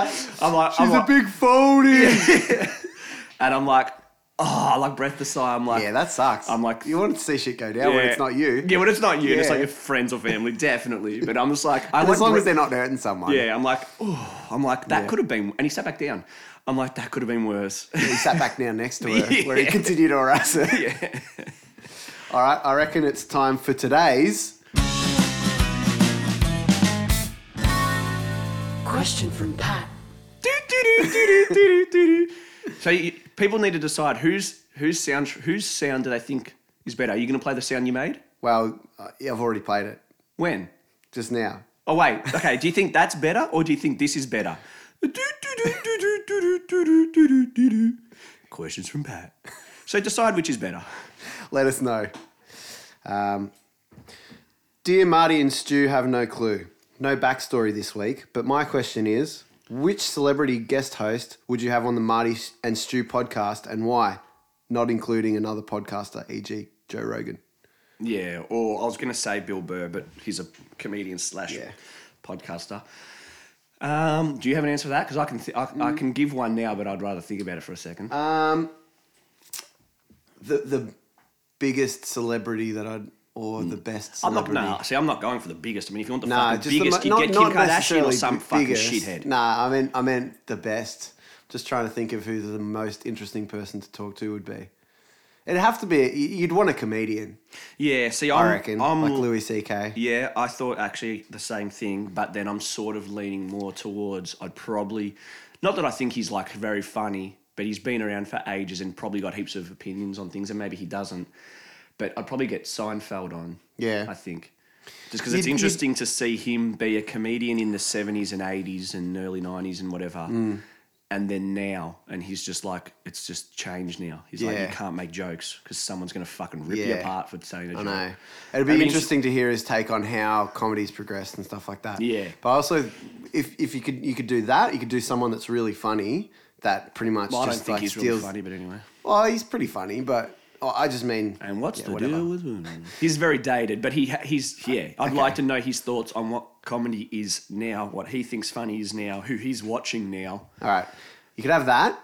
S2: I'm like, I'm
S1: She's a
S2: like-
S1: big phony.
S2: and I'm like, oh, I like breath to sigh. I'm like,
S1: yeah, that sucks.
S2: I'm like-
S1: you want to see shit go down when
S2: yeah.
S1: it's not you.
S2: Yeah, when it's not you, and it's
S1: Yeah.
S2: like your friends or family, definitely. But I'm just like, I
S1: And
S2: like
S1: as long
S2: breath-
S1: as they're not hurting someone.
S2: Yeah, I'm like, oh, I'm like, that
S1: Yeah.
S2: could have been, and he sat back down. I'm like, that could have been worse.
S1: He sat back down next to her where he
S2: Yeah.
S1: continued to harass her. All right, I reckon it's time for today's.
S3: Question from Pat.
S2: so you, people need to decide whose whose sound whose sound do they think is better. Are you going to play the sound you made?
S1: Well, uh, yeah, I've already played it
S2: When?
S1: just now.
S2: Oh wait, okay. Do you think that's better, or do you think this is better? Questions from Pat. So decide which is better.
S1: Let us know. Um, Dear Marty and Stu have no clue. No backstory this week, but my question is which celebrity guest host would you have on the Marty and Stu podcast and why? Not including another podcaster, e.g., Joe Rogan.
S2: Yeah, or I was going to say Bill Burr, but he's a comedian slash
S1: Yeah.
S2: podcaster. Um, do you have an answer for that? Because I can th- I, I
S1: Mm.
S2: can give one now, but I'd rather think about it for a second.
S1: Um, the the biggest celebrity that I'd or the best
S2: I'm not.
S1: celebrity.
S2: No, see, I'm not going for the biggest. I mean, if you want the
S1: Nah,
S2: fucking
S1: just the
S2: biggest,
S1: mo-
S2: you get Kim Kardashian or
S1: necessarily
S2: some
S1: b-
S2: fucking
S1: biggest.
S2: shithead.
S1: Nah, I meant I meant the best. Just trying to think of who the most interesting person to talk to would be. It'd have to be. y- You'd want a comedian,
S2: Yeah, see, I'm,
S1: I reckon,
S2: I'm
S1: like Louis C.K.
S2: Um, Yeah, I thought actually the same thing, but then I'm sort of leaning more towards I'd probably not that I think he's like very funny, but he's been around for ages and probably got heaps of opinions on things, and maybe he doesn't. But I'd probably get Seinfeld on.
S1: Yeah.
S2: I think. Just because it's
S1: You'd- you'd-
S2: interesting to see him be a comedian in the 70s and 80s and early 90s and whatever.
S1: Mm.
S2: And then now, and he's just like, it's just changed now. He's like, you
S1: Yeah.
S2: can't make jokes because someone's going to fucking rip you
S1: Yeah.
S2: apart for saying a
S1: I
S2: joke.
S1: know. It'd be
S2: I mean, it's-
S1: interesting to hear his take on how comedy's progressed and stuff like that.
S2: Yeah.
S1: But also, if if you could you could do that, you could do someone that's really funny that pretty much
S2: Well, I
S1: just
S2: don't think
S1: like
S2: he's
S1: steals.
S2: really funny, but anyway.
S1: Well, he's pretty funny, but oh, I just mean.
S2: And what's
S1: yeah,
S2: the
S1: whatever.
S2: deal with women? He's very dated, but he ha- he's yeah. I'd like to know his thoughts on what comedy is now, what he thinks funny is now, who he's watching now.
S1: All right. You could have that,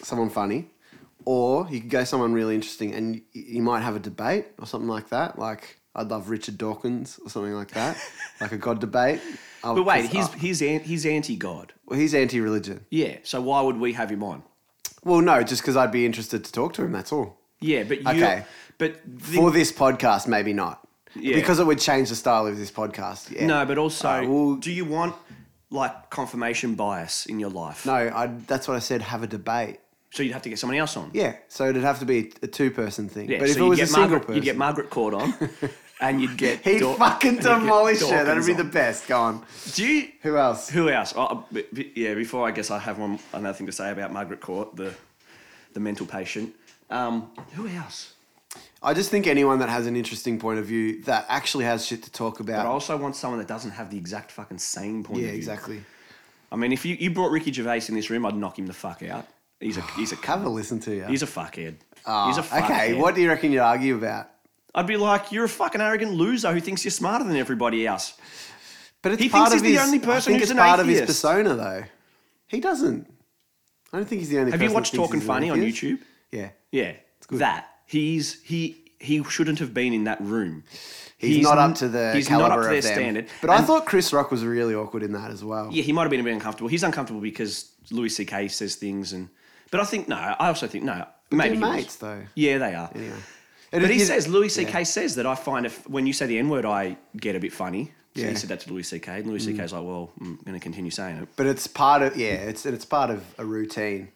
S1: someone funny, or you could go someone really interesting and y- you might have a debate or something like that. Like, I'd love Richard Dawkins or something like that, like a God debate. I would-
S2: But wait,
S1: 'cause
S2: he's
S1: I-
S2: he's an, he's anti-God.
S1: well, he's anti religion.
S2: Yeah. So why would we have him on?
S1: Well, no, just because I'd be interested to talk to him, that's all.
S2: Yeah, but you.
S1: Okay.
S2: But the,
S1: For this podcast, maybe not.
S2: Yeah.
S1: Because it would change the style of this podcast. Yeah.
S2: no, but also,
S1: Alright, Uh, well-
S2: do you want like confirmation bias in your life?
S1: No, I, that's what I said. Have a debate.
S2: So you'd have to get someone else on.
S1: Yeah, so it'd have to be a two-person thing.
S2: Yeah,
S1: but if
S2: so
S1: it was
S2: you'd
S1: a
S2: get
S1: single
S2: Margaret,
S1: person,
S2: you'd get Margaret Court on, and you'd get
S1: he'd
S2: Daw-
S1: fucking
S2: and you'd get
S1: demolish her.
S2: Dawkins
S1: That'd be
S2: on.
S1: the best. Go on.
S2: Do you,
S1: Who else?
S2: who else? Oh, b- b- yeah, before I guess I have one another thing to say about Margaret Court, the the mental patient. Um, who else?
S1: I just think anyone that has an interesting point of view that actually has shit to talk
S2: But I
S1: about.
S2: also want someone that doesn't have the exact fucking same point
S1: Yeah,
S2: of view.
S1: exactly.
S2: I mean, if you, you brought Ricky Gervais in this room, I'd knock him the fuck out. He's a he's a
S1: Have
S2: cover.
S1: a listen to you.
S2: He's a fuckhead.
S1: Ah,
S2: he's a fuckhead.
S1: okay. What do you reckon you'd argue about?
S2: I'd be like, you're a fucking arrogant loser who thinks you're smarter than everybody else.
S1: But it's
S2: He
S1: part
S2: thinks
S1: of
S2: he's the
S1: his,
S2: only
S1: I
S2: person
S1: think
S2: who's
S1: it's
S2: an
S1: part of his
S2: atheist.
S1: persona, though. He doesn't. I don't think he's the only.
S2: Have
S1: person
S2: you
S1: that
S2: watched
S1: thinks
S2: Talking
S1: he's an
S2: Funny on
S1: atheist.
S2: YouTube?
S1: Yeah.
S2: Yeah, it's
S1: good.
S2: That he's he he shouldn't have been in that room.
S1: He's, not up to the
S2: he's
S1: caliber
S2: not up to
S1: of
S2: their
S1: them.
S2: standard.
S1: But I
S2: And-
S1: thought Chris Rock was really awkward in that as well.
S2: yeah, he might have been a bit uncomfortable. He's uncomfortable because Louis C.K. says things, and but I think no. I also think no. Maybe he
S1: They're
S2: was.
S1: mates though.
S2: Yeah, they are.
S1: Anyway.
S2: But
S1: It-
S2: he
S1: it-
S2: says Louis C.K. says that I find if when you say the N word, I get a bit funny. So
S1: Yeah.
S2: he said that to Louis C.K. and Louis C.K.'s like, well, I'm going to continue saying it.
S1: But it's part of yeah. It's and it's part of a routine.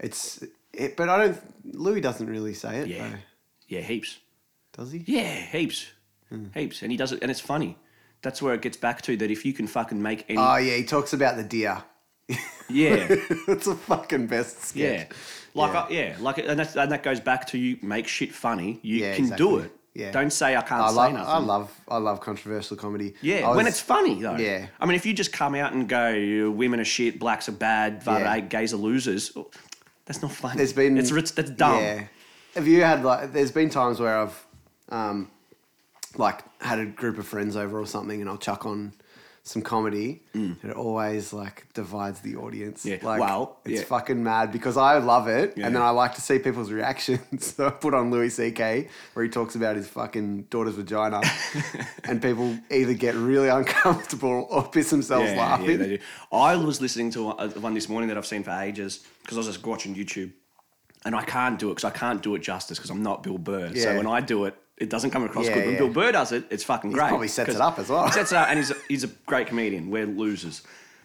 S1: It's it, but I don't. Louis doesn't really say it
S2: Yeah,
S1: though,
S2: yeah, heaps.
S1: does he?
S2: Yeah, heaps,
S1: Hmm.
S2: heaps, and he does it, and it's funny. That's where it gets back to that if you can fucking make any,
S1: Oh yeah, he talks about the deer.
S2: yeah,
S1: it's a fucking best
S2: Yeah.
S1: sketch.
S2: Like,
S1: Yeah.
S2: I- yeah, like, and, that's, and that goes back to you make shit funny. You
S1: Yeah,
S2: can do
S1: exactly.
S2: it.
S1: Yeah.
S2: Don't say I can't
S1: I
S2: say
S1: love.
S2: nothing.
S1: I love. I love controversial comedy.
S2: Yeah,
S1: I was-
S2: when it's funny though.
S1: Yeah.
S2: I mean, if you just come out and go, women are shit, blacks are bad, vada,
S1: Yeah.
S2: gays are losers. oh, That's not funny.
S1: There's been
S2: it's rit- that's dumb.
S1: Yeah. Have you had like? There's been times where I've, um, like had a group of friends over or something, and I'll chuck on some comedy, and it always like divides the audience.
S2: Mm. Yeah.
S1: Like,
S2: Well,
S1: it's
S2: yeah.
S1: fucking mad because I love it,
S2: Yeah.
S1: and then I like to see people's reactions. so I put on Louis C.K. where he talks about his fucking daughter's vagina, and people either get really uncomfortable or piss themselves
S2: Yeah,
S1: laughing.
S2: yeah, they do. I was listening to one- uh, one this morning that I've seen for ages because I was just watching YouTube, and I can't do it because I can't do it justice because I'm not Bill Burr.
S1: Yeah.
S2: So when I do it, it doesn't come across
S1: Yeah,
S2: good. When
S1: yeah.
S2: Bill Burr does it, it's fucking great.
S1: probably sets
S2: 'cause
S1: it up as well.
S2: he Sets it up, and he's a, he's a great comedian. We're losers,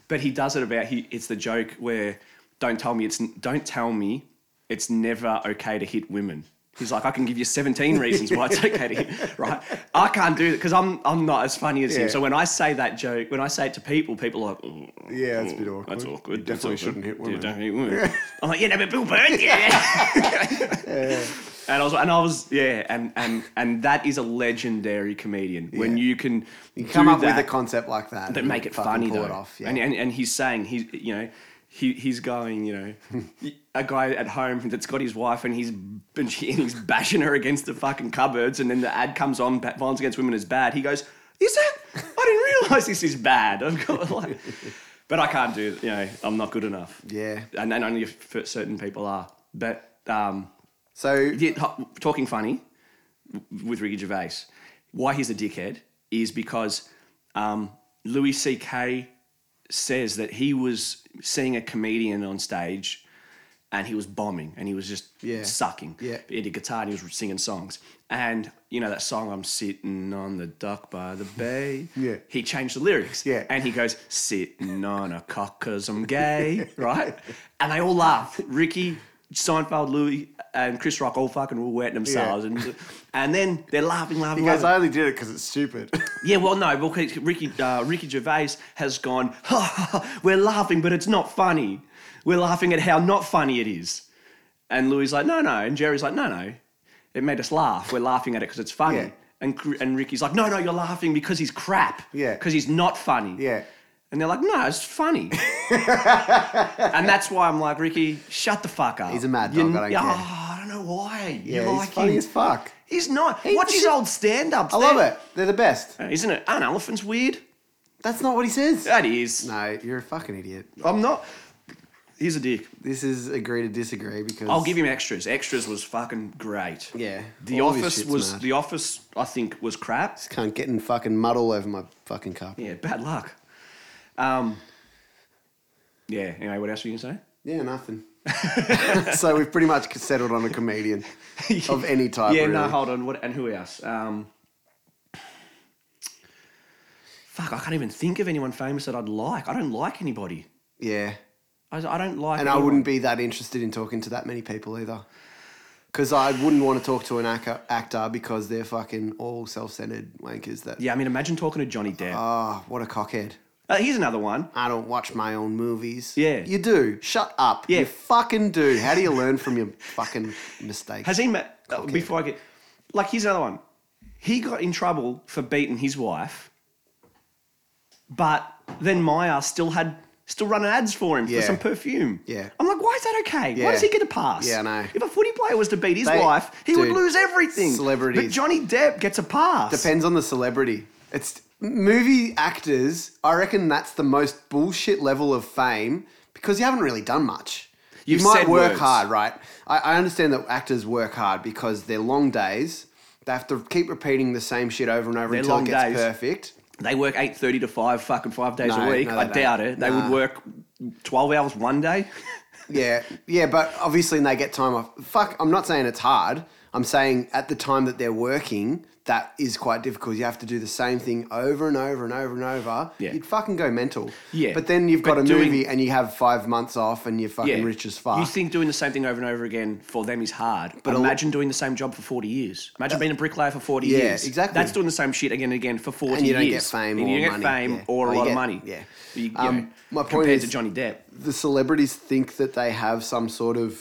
S2: but he does it about he. It's the joke where don't tell me it's n- don't tell me it's never okay to hit women. He's like, I can give you 17 reasons why it's okay to hit, right? I can't do that because I'm, I'm not as funny as
S1: Yeah.
S2: him. So when I say that joke, when I say it to people, people are like, "Ugh."
S1: Yeah, it's a bit awkward.
S2: That's awkward.
S1: You definitely
S2: That's awkward.
S1: shouldn't hit
S2: Yeah,
S1: women.
S2: definitely women. I'm like, yeah, no, but Bill Burr, yeah. And I was, and I was, yeah, and and and that is a legendary comedian when
S1: Yeah.
S2: you can
S1: You come
S2: do
S1: up
S2: that,
S1: with a concept like that,
S2: that
S1: and
S2: make it
S1: fucking
S2: funny
S1: pull
S2: though.
S1: It off. Yeah.
S2: and, and and he's saying he's you know. He, he's going, you know, a guy at home that's got his wife and he's and she- and he's bashing her against the fucking cupboards, and then the ad comes on, "Ba- violence against women is bad. He goes, is it? I didn't realize this is bad. I've got like, but I can't do, it, you know, I'm not good enough.
S1: Yeah.
S2: and, and only if certain people are. But um,
S1: So
S2: yeah, ho- talking funny w- with Ricky Gervais. Why he's a dickhead is because um, Louis C.K. says that he was seeing a comedian on stage and he was bombing and he was just
S1: Yeah.
S2: sucking.
S1: Yeah.
S2: He had a guitar and he was singing songs. And you know that song, I'm sitting on the dock by the bay.
S1: Yeah.
S2: He changed the lyrics.
S1: Yeah.
S2: And he goes, sitting on a cock because I'm gay, right? And they all laugh. Ricky, Seinfeld, Louis, and Chris Rock all fucking were wet themselves. And, and then they're laughing, laughing,
S1: He goes,
S2: laughing.
S1: I only did it because it's stupid.
S2: Yeah, well, no, because Ricky, uh, Ricky Gervais has gone, ha, ha, ha, we're laughing, but it's not funny. We're laughing at how not funny it is. And Louis like, no, no. And Jerry's like, no, no. It made us laugh. We're laughing at it because it's funny.
S1: Yeah.
S2: And, Cr- and Ricky's like, no, no, you're laughing because he's crap.
S1: Yeah.
S2: Because he's not funny.
S1: yeah.
S2: And they're like, no, it's funny. and that's why I'm like, Ricky, shut the fuck up.
S1: He's a mad
S2: You-
S1: dog, I don't
S2: Yeah,
S1: care.
S2: oh, I don't know why.
S1: Yeah,
S2: you
S1: he's
S2: like
S1: funny
S2: him.
S1: as fuck.
S2: He's not.
S1: He's
S2: Watch
S1: the
S2: his
S1: shit.
S2: old stand ups.
S1: I love it. They're the best.
S2: Uh, Isn't it? Aren't elephants weird?
S1: That's not what he says.
S2: That is.
S1: No, you're a fucking idiot.
S2: I'm not. He's a dick.
S1: This is agree to disagree because
S2: I'll give him extras. Extras was fucking great.
S1: Yeah,
S2: The
S1: all of his
S2: Office
S1: shit's
S2: was
S1: mad.
S2: The Office. I think was crap.
S1: This can't get in fucking mud all over my fucking carpet.
S2: Yeah, bad luck. Um. Yeah. Anyway, what else were you gonna say?
S1: Yeah, nothing. so we've pretty much settled on a comedian of any type.
S2: yeah,
S1: really.
S2: no, hold on. What and who else? Um, fuck, I can't even think of anyone famous that I'd like. I don't like anybody.
S1: yeah.
S2: I, I don't like.
S1: And I wouldn't be that interested in talking to that many people either. Because I wouldn't want to talk to an actor, actor because they're fucking all self centered wankers that,
S2: Yeah, I mean, imagine talking to Johnny Depp.
S1: oh, what a cockhead.
S2: Uh, here's another one.
S1: I don't watch my own movies.
S2: Yeah.
S1: You do. Shut up.
S2: Yeah.
S1: You fucking do. How do you learn from your fucking mistakes?
S2: Has he met uh, before I get? Like, here's another one. He got in trouble for beating his wife, but then Maya still had still running ads for him
S1: Yeah.
S2: for some perfume.
S1: Yeah.
S2: I'm like, why is that okay?
S1: Yeah.
S2: Why does he get a pass?
S1: Yeah, I know.
S2: If a footy player was to beat his
S1: They-
S2: wife, he would
S1: dude,
S2: lose everything. But
S1: celebrities-
S2: Johnny Depp gets a pass.
S1: Depends on the celebrity. It's movie actors. I reckon that's the most bullshit level of fame because you haven't really done much.
S2: You've
S1: you might
S2: said
S1: work
S2: words.
S1: hard, right? I, I understand that actors work hard because they're long days. They have to keep repeating the same shit over and over
S2: They're
S1: until
S2: long
S1: it gets
S2: days.
S1: perfect.
S2: they work eight thirty to five, fucking five days
S1: No,
S2: a week.
S1: no, they
S2: I
S1: don't.
S2: doubt it. They would
S1: Nah.
S2: work twelve hours one day.
S1: Yeah, yeah, but obviously they get time off. Fuck, I'm not saying it's hard. I'm saying at the time that they're working, that is quite difficult. You have to do the same thing over and over and over and over.
S2: Yeah.
S1: You'd fucking go mental.
S2: Yeah.
S1: But then you've
S2: But
S1: got a
S2: doing-
S1: movie and you have five months off and you're fucking rich as fuck.
S2: You think doing the same thing over and over again for them is hard, but
S1: a lo-
S2: imagine doing the same job for 40 years. Imagine being a bricklayer for 40
S1: Uh, Yeah,
S2: years.
S1: exactly.
S2: That's doing the same shit again and again for 40
S1: And you don't get
S2: years.
S1: fame
S2: And
S1: or
S2: you don't get
S1: money,
S2: fame
S1: yeah.
S2: or
S1: Or
S2: a
S1: you
S2: lot of
S1: get-
S2: money.
S1: yeah.
S2: You- you
S1: Um,
S2: know,
S1: my point
S2: compared
S1: is-
S2: to Johnny Depp.
S1: the celebrities think that they have some sort of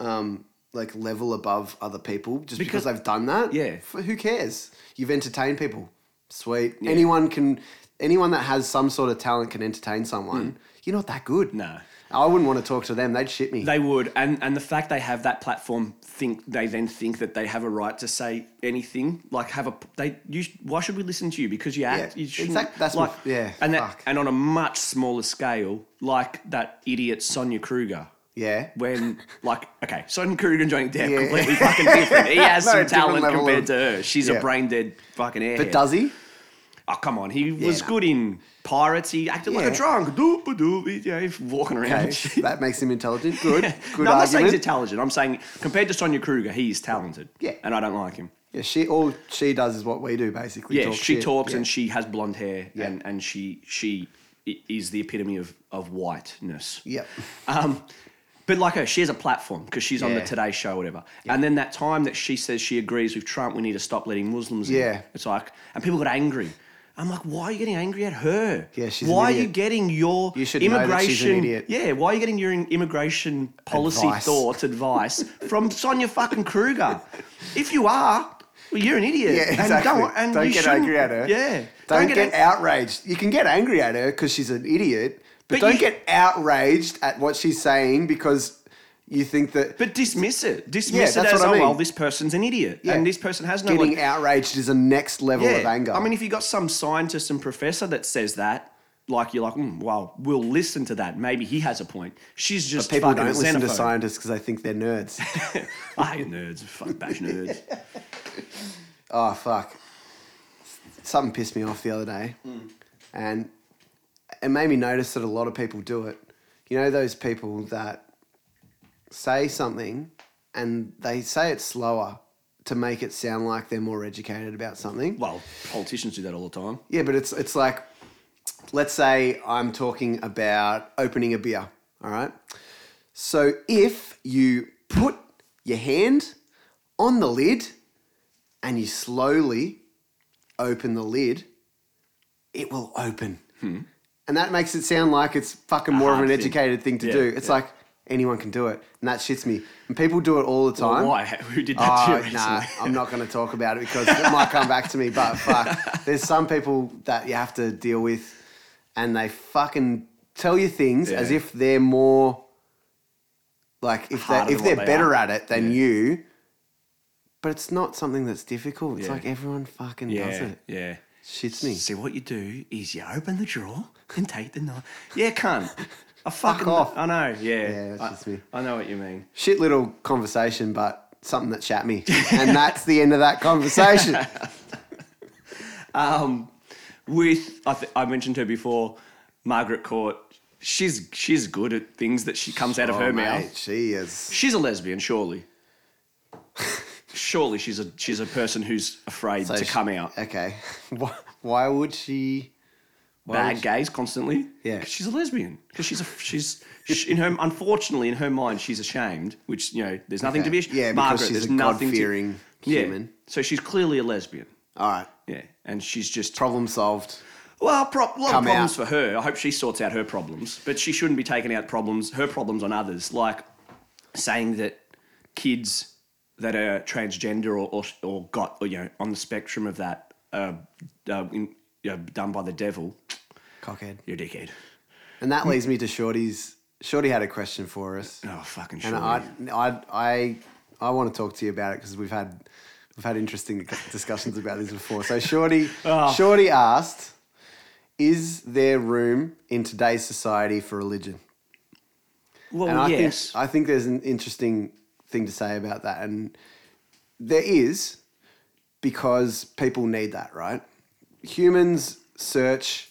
S1: um, like level above other people just because,
S2: Because-
S1: they've done that.
S2: Yeah.
S1: F- who cares? You've entertained people. Sweet. Anyone can. Anyone that has some sort of talent can entertain
S2: Mm.
S1: someone. You're not that good.
S2: No.
S1: I wouldn't want to talk to them. They'd shit me.
S2: They would, and and the fact they have that platform, think they then think that they have a right to say anything. Like have a they. You, sh- why should we listen to you? Because you act.
S1: Yeah,
S2: you shouldn't,
S1: exact- that's my-
S2: like
S1: yeah,
S2: And that,
S1: fuck.
S2: and on a much smaller scale, like that idiot Sonia Kruger.
S1: yeah.
S2: When like okay, Sonia Kruger and Johnny Depp
S1: Yeah.
S2: completely fucking different. He has
S1: No,
S2: some
S1: different
S2: talent
S1: level
S2: compared
S1: of-
S2: to her. She's a
S1: yeah.
S2: brain dead fucking airhead.
S1: But does he?
S2: Oh come on, he was
S1: no.
S2: good in Pirates. He acted like a
S1: Yeah.
S2: drunk, doop doop, yeah, walking around. and shit.
S1: Okay. that makes him intelligent. Good. Good
S2: no, I'm not saying he's
S1: argument.
S2: intelligent. I'm saying compared to Sonia Kruger, he is talented.
S1: Yeah.
S2: And I don't like him.
S1: yeah. She. All she does is what we do, basically.
S2: Yeah,
S1: talk
S2: she
S1: shit.
S2: talks
S1: Yeah.
S2: and she has blonde hair and, and she she i- is the epitome of, of whiteness.
S1: Yep.
S2: Um, but like her, she has a platform because she's on the
S1: Yeah.
S2: Today Show or whatever. And then that time that she says she agrees with Trump, we need to stop letting Muslims in.
S1: Yeah.
S2: It's like, and people got angry. I'm like, why are you getting angry at her?
S1: Yeah, she's an
S2: Why are
S1: idiot.
S2: you getting your
S1: You should know
S2: immigration?
S1: that she's an idiot.
S2: Yeah, why are you getting your immigration policy
S1: Advice.
S2: thoughts, advice from Sonia fucking Kruger? if you are, well, you're an idiot.
S1: Yeah, exactly.
S2: And
S1: don't
S2: don't, and you
S1: get
S2: shouldn't-
S1: angry at her.
S2: Yeah.
S1: Don't, get,
S2: ang-
S1: outraged. You can get angry at her because she's an idiot, but,
S2: But
S1: don't
S2: you-
S1: get outraged at what she's saying because you think that
S2: But dismiss it.
S1: Yeah,
S2: Dismiss it
S1: that's
S2: as,
S1: what I
S2: oh,
S1: mean.
S2: well, this person's an idiot.
S1: Yeah.
S2: And this person has no
S1: getting
S2: like-
S1: outraged is a next level of anger.
S2: I mean, if you got some scientist and professor that says that, like you're like, mm, well, we'll listen to that. Maybe he has a point. She's just
S1: people
S2: fucking
S1: don't
S2: a
S1: listen to
S2: xenophobe.
S1: scientists because they think they're nerds.
S2: I hate nerds. Fuck bash nerds.
S1: oh fuck! Something pissed me off the other day, and it made me notice that a lot of people do it. You know those people that say something and they say it slower to make it sound like they're more educated about something.
S2: Well, politicians do that all the time.
S1: Yeah, but it's it's like, let's say I'm talking about opening a beer. All right. So if you put your hand on the lid and you slowly open the lid, it will open. And that makes it sound like it's fucking more of
S2: Hmm. hard
S1: an
S2: thing.
S1: educated thing to
S2: Yeah,
S1: do. It's
S2: yeah.
S1: like anyone can do it. And that shits me. And people do it all the time.
S2: Well, why? Who did that to
S1: Oh,
S2: you recently?
S1: nah, I'm not going to talk about it because it might come back to me. But fuck, there's some people that you have to deal with, and they fucking tell you things as
S2: Yeah.
S1: if they're more like if they
S2: Harder
S1: if
S2: than
S1: they're
S2: what they
S1: better
S2: are.
S1: at it than
S2: Yeah.
S1: you. But it's not something that's difficult. It's
S2: Yeah.
S1: like everyone fucking does
S2: Yeah,
S1: it.
S2: yeah.
S1: Shits me.
S2: See, what you do is you open the drawer and take the knife. Yeah, cunt. I fucking,
S1: off.
S2: I know. Yeah.
S1: Yeah, that's
S2: I,
S1: just me.
S2: I know what you mean.
S1: Shit little conversation, but something that shat me. and that's the end of that conversation.
S2: Um, with I, th- I mentioned her before, Margaret Court. She's she's good at things that she comes out of
S1: Oh,
S2: her
S1: mate,
S2: mouth.
S1: She is.
S2: She's a lesbian, surely. surely she's a she's a person who's afraid
S1: So
S2: to
S1: she-
S2: come out.
S1: Okay. Why, why would she? why
S2: Bad
S1: would-
S2: gays constantly.
S1: Yeah.
S2: 'Cause she's a lesbian. Because she's a she's she, in her unfortunately in her mind she's ashamed, which you know there's nothing to be.
S1: Okay.
S2: ashamed.
S1: Yeah, because
S2: Margaret,
S1: she's
S2: there's
S1: a
S2: nothing to-
S1: God-fearing
S2: Yeah.
S1: human.
S2: So she's clearly a lesbian.
S1: All right.
S2: Yeah, and she's just
S1: Problem solved.
S2: Well, pro- lot
S1: Come
S2: of problems
S1: out.
S2: for her. I hope she sorts out her problems, but she shouldn't be taking out problems, her problems on others, like saying that kids that are transgender or or, or got or, you know on the spectrum of that uh, uh, in, you know, done by the devil.
S1: Cockhead.
S2: You're a dickhead.
S1: And that leads me to Shorty's. Shorty had a question for us.
S2: Oh fucking
S1: And
S2: sure.
S1: I, I, I, I want to talk to you about it because we've had, we've had interesting discussions about this before. So Shorty,
S2: Oh.
S1: Shorty asked, "Is there room in today's society for religion?"
S2: well,
S1: and I
S2: Oh, yes.
S1: think I think there's an interesting thing to say about that, and there is because people need that, right? Humans search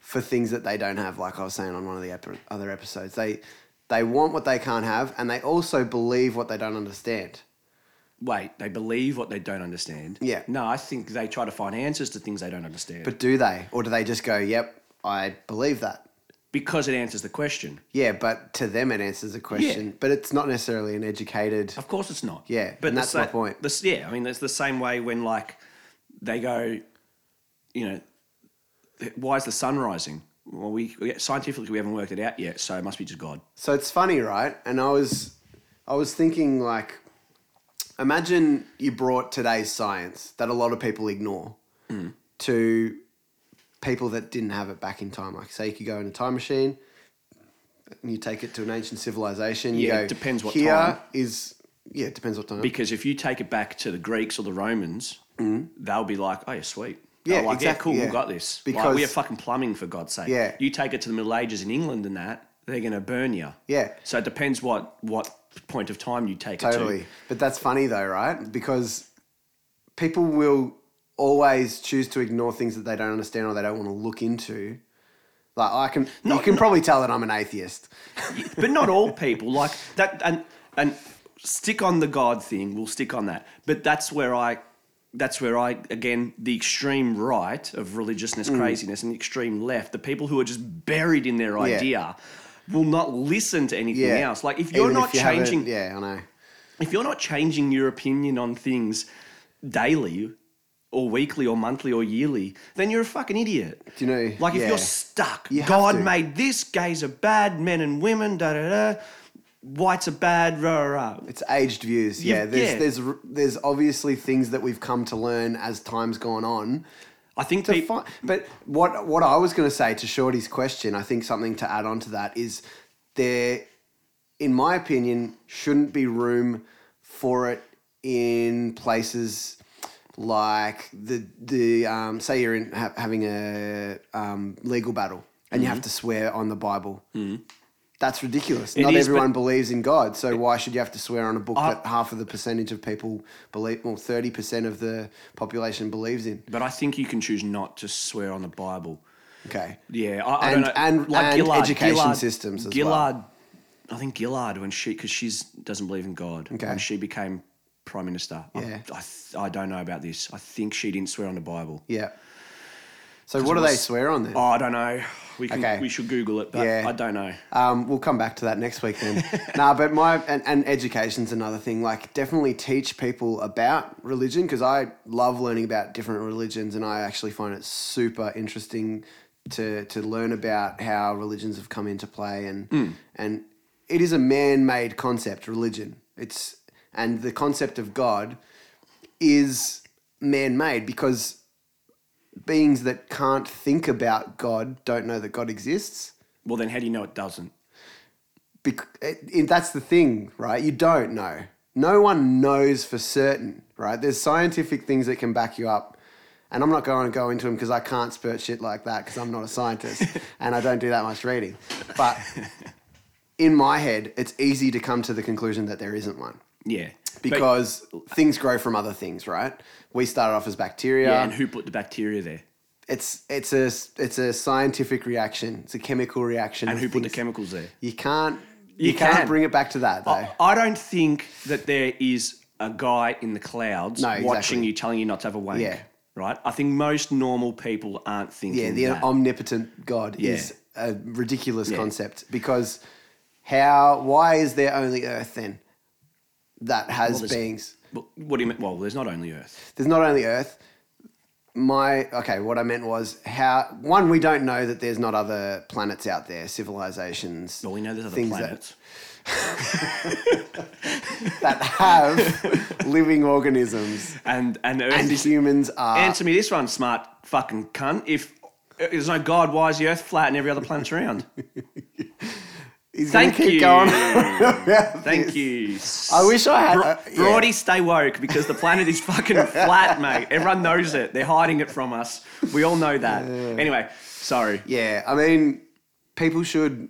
S1: for things that they don't have, like I was saying on one of the ep- other episodes. They they want what they can't have, and they also believe what they don't understand.
S2: Wait, they believe what they don't understand.
S1: Yeah.
S2: No, I think they try to find answers to things they don't understand.
S1: But do they, or do they just go, "Yep, I believe that"?
S2: because it answers the question.
S1: Yeah, but to them it answers a question, but it's not necessarily an educated.
S2: Of course, it's not.
S1: Yeah, and
S2: the
S1: that's my
S2: sa-
S1: point.
S2: the s- yeah, I mean, it's the same way when like they go, you know, why is the sun rising? Well, we we- scientifically we haven't worked it out yet, so it must be just God.
S1: So it's funny, right? And I was I was thinking like imagine you brought today's science that a lot of people ignore
S2: Hmm.
S1: to people that didn't have it back in time. Like say you could go in a time machine and you take it to an ancient civilization. You
S2: Yeah,
S1: go,
S2: it depends what
S1: here
S2: time."
S1: is yeah, it depends what time.
S2: Because if you take it back to the Greeks or the Romans, they'll be like, "Oh, yeah, sweet."
S1: Mm-hmm. Yeah,
S2: They're like,
S1: exactly,
S2: Yeah, cool.
S1: yeah.
S2: We got this. like,
S1: Because-
S2: we are fucking plumbing for God's sake.
S1: Yeah.
S2: You take it to the Middle Ages in England and that they're going to burn you.
S1: Yeah.
S2: So it depends what what point of time you take it
S1: Totally. But that's funny though, right? Because people will always choose to ignore things that they don't understand or they don't want to look into. Like I can, you can probably tell that I'm an atheist.
S2: to. But not all people like that. And and stick on the God thing. We'll stick on that. But that's where I. That's where I again the extreme right of religiousness
S1: Mm.
S2: craziness and the extreme left, the people who are just buried in their idea, will not listen to anything
S1: Yeah.
S2: else. Like if you're
S1: Even
S2: not
S1: you haven't-
S2: changing,
S1: yeah, I know.
S2: if you're not changing your opinion on things daily or weekly or monthly or yearly, then you're a fucking idiot.
S1: Do you know-
S2: Like if
S1: yeah.
S2: you're stuck,
S1: You have
S2: God
S1: to.
S2: made this, gays are bad, men and women, da da da, whites are bad, rah rah. rah.
S1: It's aged views. Yeah,
S2: You've-
S1: there's
S2: yeah.
S1: there's r- there's obviously things that we've come to learn as time's gone on.
S2: I think
S1: to
S2: people.
S1: fi- but what what I was going to say to Shorty's question, I think something to add on to that is there, in my opinion, shouldn't be room for it in places like the the um, say you're in ha- having a um, legal battle and
S2: Mm-hmm.
S1: you have to swear on the Bible. That's ridiculous. Not
S2: is, but-
S1: everyone believes in God, so why should you have to swear on a book
S2: I-
S1: that half of the percentage of people believe, well, thirty percent of the population believes in?
S2: but I think you can choose not to swear on the Bible.
S1: Okay.
S2: Yeah,
S1: And-
S2: I, I don't know.
S1: and- and education systems as well.
S2: Gillard, I think Gillard when she because she doesn't believe in God.
S1: Okay.
S2: When she became prime minister, I-
S1: Yeah.
S2: I, th- I don't know about this. I think she didn't swear on the Bible.
S1: Yeah. So what do they
S2: was-
S1: swear on then?
S2: Oh, I don't know. We can,
S1: Okay.
S2: we should Google it, but
S1: Yeah.
S2: I don't know.
S1: Um, we'll come back to that next week then. nah, but my and, and education's another thing. Like definitely teach people about religion because I love learning about different religions and I actually find it super interesting to to learn about how religions have come into play and and it is a man-made concept, religion. It's and the concept of God is man-made because beings that can't think about God don't know that God exists.
S2: Well, then how do you know it doesn't?
S1: Bec- it, it, that's the thing, right? You don't know. No one knows for certain, right? There's scientific things that can back you up, And I'm not going to go into them because I can't spurt shit like that because I'm not a scientist and I don't do that much reading. But in my head, it's easy to come to the conclusion that there isn't one
S2: Yeah. But-
S1: because things grow from other things, right? We started off as bacteria.
S2: yeah, and who put the bacteria there?
S1: it's it's a it's a scientific reaction. It's a chemical reaction.
S2: And
S1: of
S2: who put the
S1: things.
S2: chemicals there?
S1: You can't you,
S2: You
S1: can't
S2: can. Oh,
S1: bring it back to that though.
S2: I, I don't think that there is a guy in the clouds
S1: No, exactly.
S2: watching you, telling you not to have a wank.
S1: Yeah.
S2: Right. I think most normal people aren't thinking.
S1: yeah, the
S2: that.
S1: omnipotent God
S2: Yeah.
S1: is a ridiculous concept because how why is there only Earth then that has
S2: there's-
S1: beings?
S2: Well, what do you mean? Well, there's not only Earth.
S1: There's not only Earth. My okay, what I meant was how one we don't know that there's not other planets out there, civilizations.
S2: Well, we know there's other
S1: Things that-
S2: planets.
S1: that have living organisms.
S2: and and Earth
S1: And
S2: is.
S1: humans are.
S2: Answer me this one, smart fucking cunt. If uh, there's no God, why is the Earth flat and every other planet's round?
S1: He's gonna
S2: Thank
S1: keep
S2: you.
S1: going about
S2: Thank
S1: this.
S2: you.
S1: I wish I had.
S2: Bro-
S1: uh, yeah.
S2: Broadie, stay woke because the planet is fucking flat, mate. Everyone knows it. They're hiding it from us. We all know that. Anyway, sorry.
S1: Yeah, I mean, people should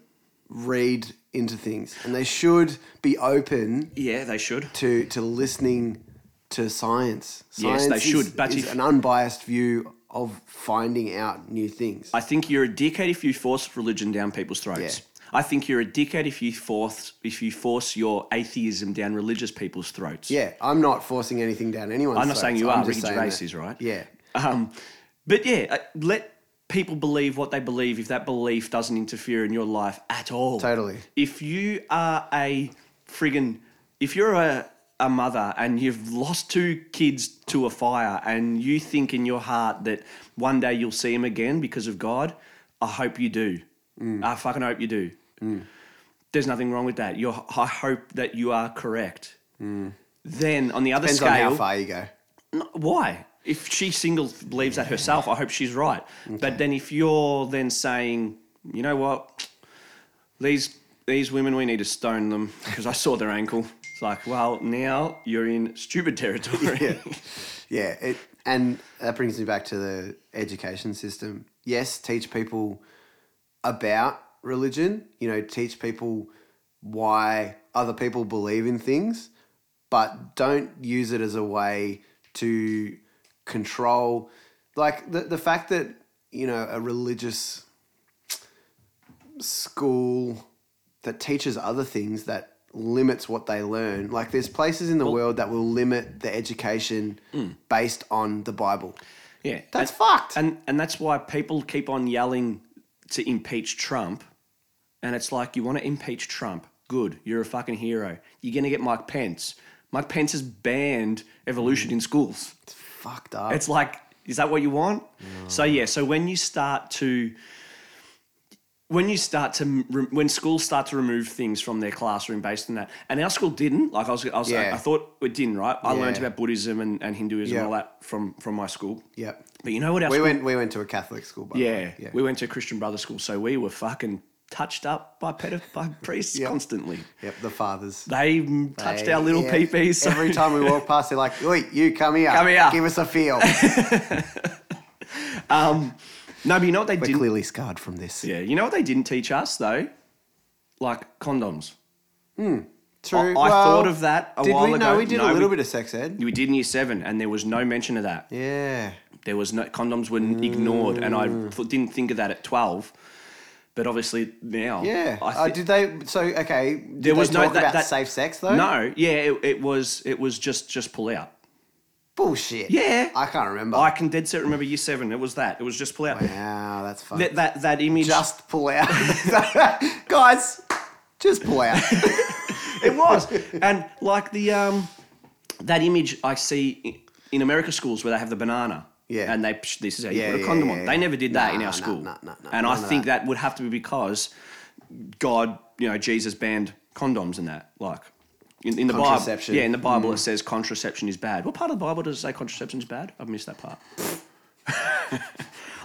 S1: read into things, and they should be open
S2: Yeah, they should.
S1: to to listening to science.
S2: Yes,
S1: Science
S2: they
S1: is-
S2: should, but
S1: is
S2: if-
S1: an unbiased view of finding out new things.
S2: I think you're a dickhead if you force religion down people's throats. I think you're a dickhead if you force if you force your atheism down religious people's throats.
S1: yeah, I'm not forcing anything down anyone's.
S2: I'm not saying you
S1: throats, I'm
S2: are.
S1: just
S2: Ricky
S1: saying
S2: Gervais
S1: that-
S2: is right.
S1: Yeah,
S2: Um, but yeah, uh, let people believe what they believe if that belief doesn't interfere in your life at all.
S1: Totally.
S2: If you are a friggin', if you're a, a mother and you've lost two kids to a fire and you think in your heart that one day you'll see them again because of God, I hope you do.
S1: Mm.
S2: I fucking hope you do. There's nothing wrong with that. You're, I hope that you are correct. Then on the other
S1: Mm. depends
S2: scale,
S1: on how far you go.
S2: no, why? If she single believes that herself, I hope she's right. But then if you're then saying, you know what, these these women, we need to stone them because I saw their ankle. It's like, well, now you're in stupid territory.
S1: yeah, yeah. It, and that brings me back to the education system. Yes, teach people about religion. You know, teach people why other people believe in things, but don't use it as a way to control. Like the the fact that you know a religious school that teaches other things that limits what they learn. Like there's places in the world that will limit the education based on the Bible.
S2: yeah.
S1: That's fucked.
S2: And and that's why people keep on yelling to impeach Trump. And it's like you want to impeach Trump. Good. You're a fucking hero. You're gonna get Mike Pence. Mike Pence has banned evolution in schools.
S1: it's fucked up.
S2: It's like, is that what you want? So
S1: Mm.
S2: yeah. So when you start to, when you start to, re- when schools start to remove things from their classroom based on that, and our school didn't. Like I was, I, was,
S1: Yeah.
S2: I, thought it didn't. Right. I learned
S1: Yeah.
S2: about Buddhism and, and Hinduism
S1: Yeah.
S2: and all that from from my school.
S1: yep.
S2: But you know what? Our
S1: We
S2: school,
S1: went we went to a Catholic school by the
S2: yeah,
S1: way. Yeah.
S2: we went to a Christian brother school, so we were fucking touched up by pedo- by priests
S1: Yeah.
S2: constantly.
S1: Yep, the fathers.
S2: They mm, touched
S1: They-
S2: our little
S1: yeah.
S2: peepees so-
S1: Every time we walk past, they're like, Oi, you come here.
S2: Come here."
S1: Give us a feel.
S2: No, but you know what they
S1: We're
S2: didn't.
S1: clearly scarred from this.
S2: Yeah, you know what they didn't teach us though, like condoms.
S1: True.
S2: I- I thought of that a
S1: did
S2: while
S1: we? No,
S2: ago.
S1: we did
S2: No,
S1: a little
S2: we-
S1: bit of sex ed.
S2: We did in year seven, and there was no mention of that.
S1: Yeah.
S2: There was no condoms were ignored, and I
S1: Mm.
S2: th- didn't think of that at twelve. But obviously now,
S1: Yeah.
S2: I
S1: uh,
S2: thi-
S1: did they? So okay. Did
S2: There was
S1: they
S2: no-
S1: talk
S2: that-
S1: about
S2: that-
S1: safe sex though.
S2: no, yeah, it, it was it was just just pull out.
S1: Bullshit.
S2: Yeah.
S1: I can't remember.
S2: I can dead set remember year seven. It was that. It was just pull out.
S1: Wow, that's fun.
S2: That, that that image.
S1: just pull out, guys. Just pull out.
S2: it was, and like the um, that image I see i- in America schools where they have the banana.
S1: Yeah.
S2: And they psh, this is how you
S1: Yeah,
S2: put a
S1: yeah,
S2: condom
S1: yeah,
S2: on.
S1: yeah.
S2: They never did that in
S1: Nah,
S2: our
S1: nah,
S2: school.
S1: nah, nah, nah,
S2: and I
S1: none of
S2: think that. would have to be because God, you know, Jesus banned condoms and that. Like in, in the Bible,
S1: Contraception. Mm.
S2: yeah, in the Bible it says contraception is bad. What part of the Bible does it say contraception is bad? I've missed that part.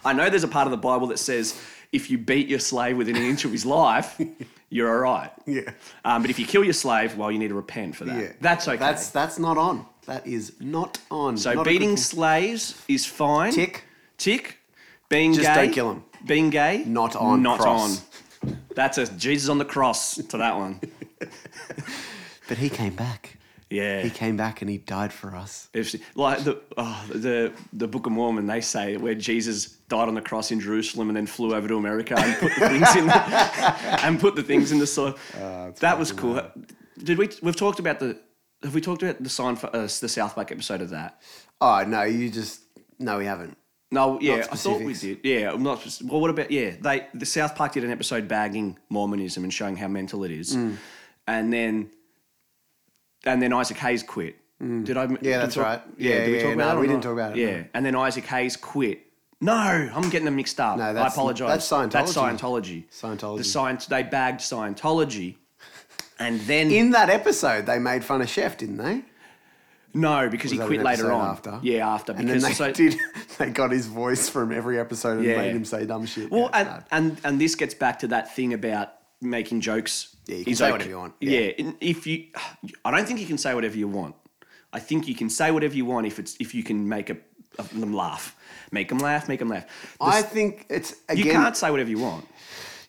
S2: I know there's a part of the Bible that says if you beat your slave within an inch of his life, you're all right.
S1: Yeah.
S2: Um, but if you kill your slave, well, you need to repent for that.
S1: Yeah.
S2: That's okay.
S1: That's that's not on. That is not on.
S2: so
S1: Not a good
S2: beating
S1: thing.
S2: slaves is fine.
S1: Tick.
S2: Tick. Being
S1: Just
S2: gay.
S1: don't kill 'em.
S2: Being gay.
S1: Not on
S2: Not
S1: cross.
S2: on. That's a Jesus on the cross to that one.
S1: But he came back.
S2: Yeah.
S1: He came back and he died for us.
S2: If she- like the, oh, the the Book of Mormon, they say where Jesus died on the cross in Jerusalem and then flew over to America and put the things in the, and put the things in the soil.
S1: Oh,
S2: that was cool. Did we? We've talked about the. Have we talked about the sign for uh, the South Park episode of that?
S1: Oh no, you just no, we haven't.
S2: No, yeah, I thought we
S1: specifics.
S2: did. Yeah, I'm not. spec- Well, what about yeah? They the South Park did an episode bagging Mormonism and showing how mental it is,
S1: Mm.
S2: and then and then Isaac Hayes quit. Did I? did we
S1: Mm. that's
S2: talk-
S1: right.
S2: Yeah,
S1: Yeah,
S2: did we
S1: yeah,
S2: talk about
S1: no,
S2: that? or
S1: we didn't
S2: not?
S1: talk about it,
S2: Yeah, and then Isaac Hayes quit. No, I'm getting them mixed up.
S1: No,
S2: I
S1: that's-
S2: apologize.
S1: that's Scientology.
S2: That's Scientology.
S1: Scientology.
S2: The science they bagged Scientology, and then
S1: In that episode, they made fun of Chef, didn't they?
S2: no, because he
S1: that
S2: quit
S1: an
S2: later
S1: episode
S2: on.
S1: after?
S2: Yeah, after
S1: And
S2: because
S1: then they
S2: so,
S1: did. They got his voice from every episode and
S2: Yeah.
S1: made him say dumb shit.
S2: Well,
S1: Yeah,
S2: and,
S1: no.
S2: and and this gets back to that thing about making jokes.
S1: Yeah, you can
S2: is
S1: say whatever you want.
S2: Yeah. in- if you, I don't think you can say whatever you want. I think you can say whatever you want if it's if you can make a, a- them laugh, make them laugh, make them laugh. The
S1: I
S2: s-
S1: think it's
S2: you
S1: again.
S2: can't say whatever you want.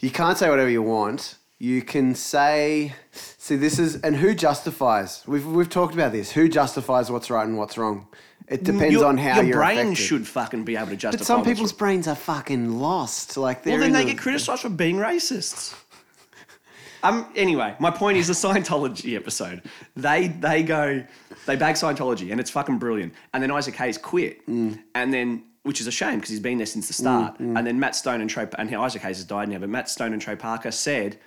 S1: You can't say whatever you want. You can say, see, this is, and who justifies? We've, we've talked about this. Who justifies what's right and what's wrong? It depends
S2: Your-
S1: on how
S2: your
S1: you're
S2: brain
S1: affected.
S2: should fucking be able to justify.
S1: But some
S2: what's
S1: people's
S2: wrong.
S1: brains are fucking lost. Like they're
S2: well, then
S1: in
S2: they
S1: a-
S2: get criticised for being racists. Um. Anyway, my point is the Scientology episode. They they go, they bag Scientology, and it's fucking brilliant. And then Isaac Hayes quit, and then which is a shame because he's been there since the start. And then Matt Stone and Trey and Isaac Hayes has died now, but Matt Stone and Trey Parker said,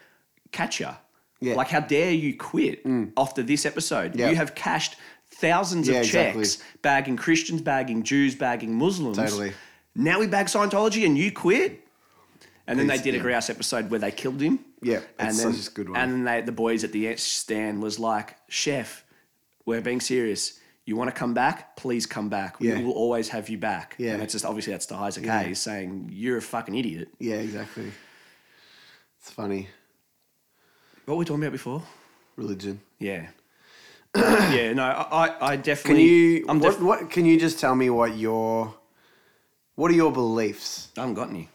S2: "Catch ya,
S1: Yeah.
S2: like how dare you quit after this episode?
S1: Yeah.
S2: You have cashed thousands
S1: Yeah,
S2: of
S1: exactly.
S2: checks, bagging Christians, bagging Jews, bagging Muslims.
S1: Totally.
S2: Now we bag Scientology, and you quit." And then they
S1: It's-
S2: did a
S1: yeah.
S2: grouse episode where they killed him.
S1: Yeah,
S2: and
S1: it's
S2: then,
S1: such a good one.
S2: And then they, the boys at the stand was like, "Chef, we're being serious. You want to come back? Please come back. We
S1: Yeah.
S2: will always have you back."
S1: Yeah.
S2: and it's just obviously that's to Isaac
S1: Yeah.
S2: Hayes saying, "You're a fucking idiot."
S1: Yeah, exactly. It's funny.
S2: What were we talking about before?
S1: Religion.
S2: Yeah, yeah. No, I, I- I
S1: Can
S2: definitely.
S1: you?
S2: I'm
S1: what,
S2: def-
S1: what? Can you just tell me what your? What are your beliefs?
S2: I haven't got any.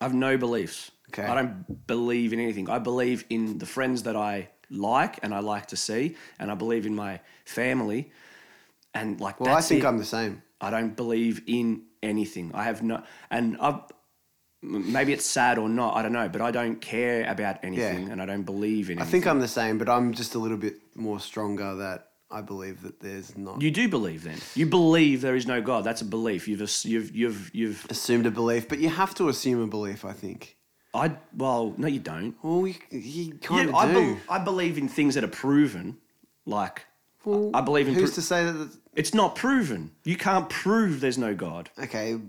S2: I have no beliefs.
S1: Okay.
S2: I don't believe in anything. I believe in the friends that I like and I like to see, and I believe in my family. And like,
S1: Well,
S2: that's
S1: I think
S2: it.
S1: I'm the same.
S2: I don't believe in anything. I have no, and I've m- maybe it's sad or not. I don't know, but I don't care about anything, and I don't believe in.
S1: I
S2: Anything.
S1: think I'm the same, but I'm just a little bit more stronger. That I believe that there's not
S2: you do believe. Then you believe there is no God. That's a belief. You've ass- you've you've you've.
S1: assumed a belief, but you have to assume a belief. I think.
S2: I well, no, you don't.
S1: Well, you, you kind of
S2: Yeah, I,
S1: do.
S2: bel I believe in things that are proven. Like,
S1: Well,
S2: I believe in.
S1: Who's
S2: pro-
S1: to say that? it's-
S2: it's not proven. You can't prove there's no God.
S1: Okay,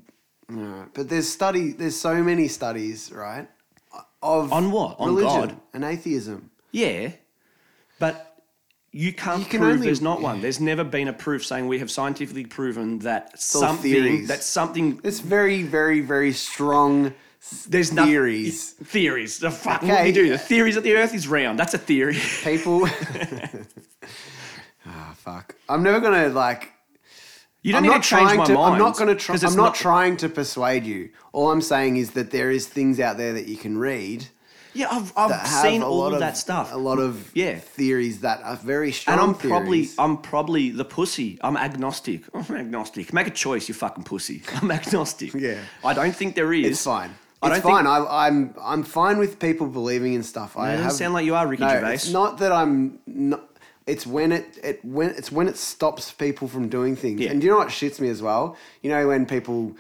S1: alright, but there's study. There's so many studies, right? Of
S2: On what? On
S1: religion
S2: God?
S1: and atheism.
S2: Yeah, but you can't
S1: You can
S2: prove
S1: only-
S2: there's not one. There's never been a proof saying we have scientifically proven that
S1: all
S2: something
S1: theories.
S2: that something
S1: It's very, very, very strong. s-
S2: there's no-
S1: theories.
S2: Theories. The fuck what do
S1: Okay.
S2: you do? The theories that the Earth is round. That's a theory.
S1: People. Ah, fuck. I'm never gonna like.
S2: You don't
S1: I'm
S2: need
S1: not
S2: to change
S1: trying
S2: my
S1: to.
S2: mind.
S1: I'm not gonna try.
S2: 'cause
S1: I'm
S2: it's
S1: not, trying to persuade you. All I'm saying is that there is things out there that you can read.
S2: Yeah, I've,
S1: that
S2: I've
S1: have
S2: seen
S1: a
S2: all
S1: lot
S2: of
S1: of
S2: that stuff.
S1: A lot of
S2: Yeah.
S1: theories that are very strong.
S2: and I'm probably
S1: theories.
S2: I'm probably the pussy. I'm agnostic. I'm agnostic. Make a choice, you fucking pussy. I'm agnostic.
S1: Yeah.
S2: I don't think there is.
S1: It's fine.
S2: I
S1: It's
S2: don't
S1: fine.
S2: think-
S1: I, I'm I'm fine with people believing in stuff. I
S2: It doesn't
S1: have,
S2: sound like you are, Ricky
S1: no,
S2: Gervais.
S1: it's not that I'm not. It's when it, it when it's when it stops people from doing things.
S2: Yeah.
S1: And do you know what shits me as well? You know when people,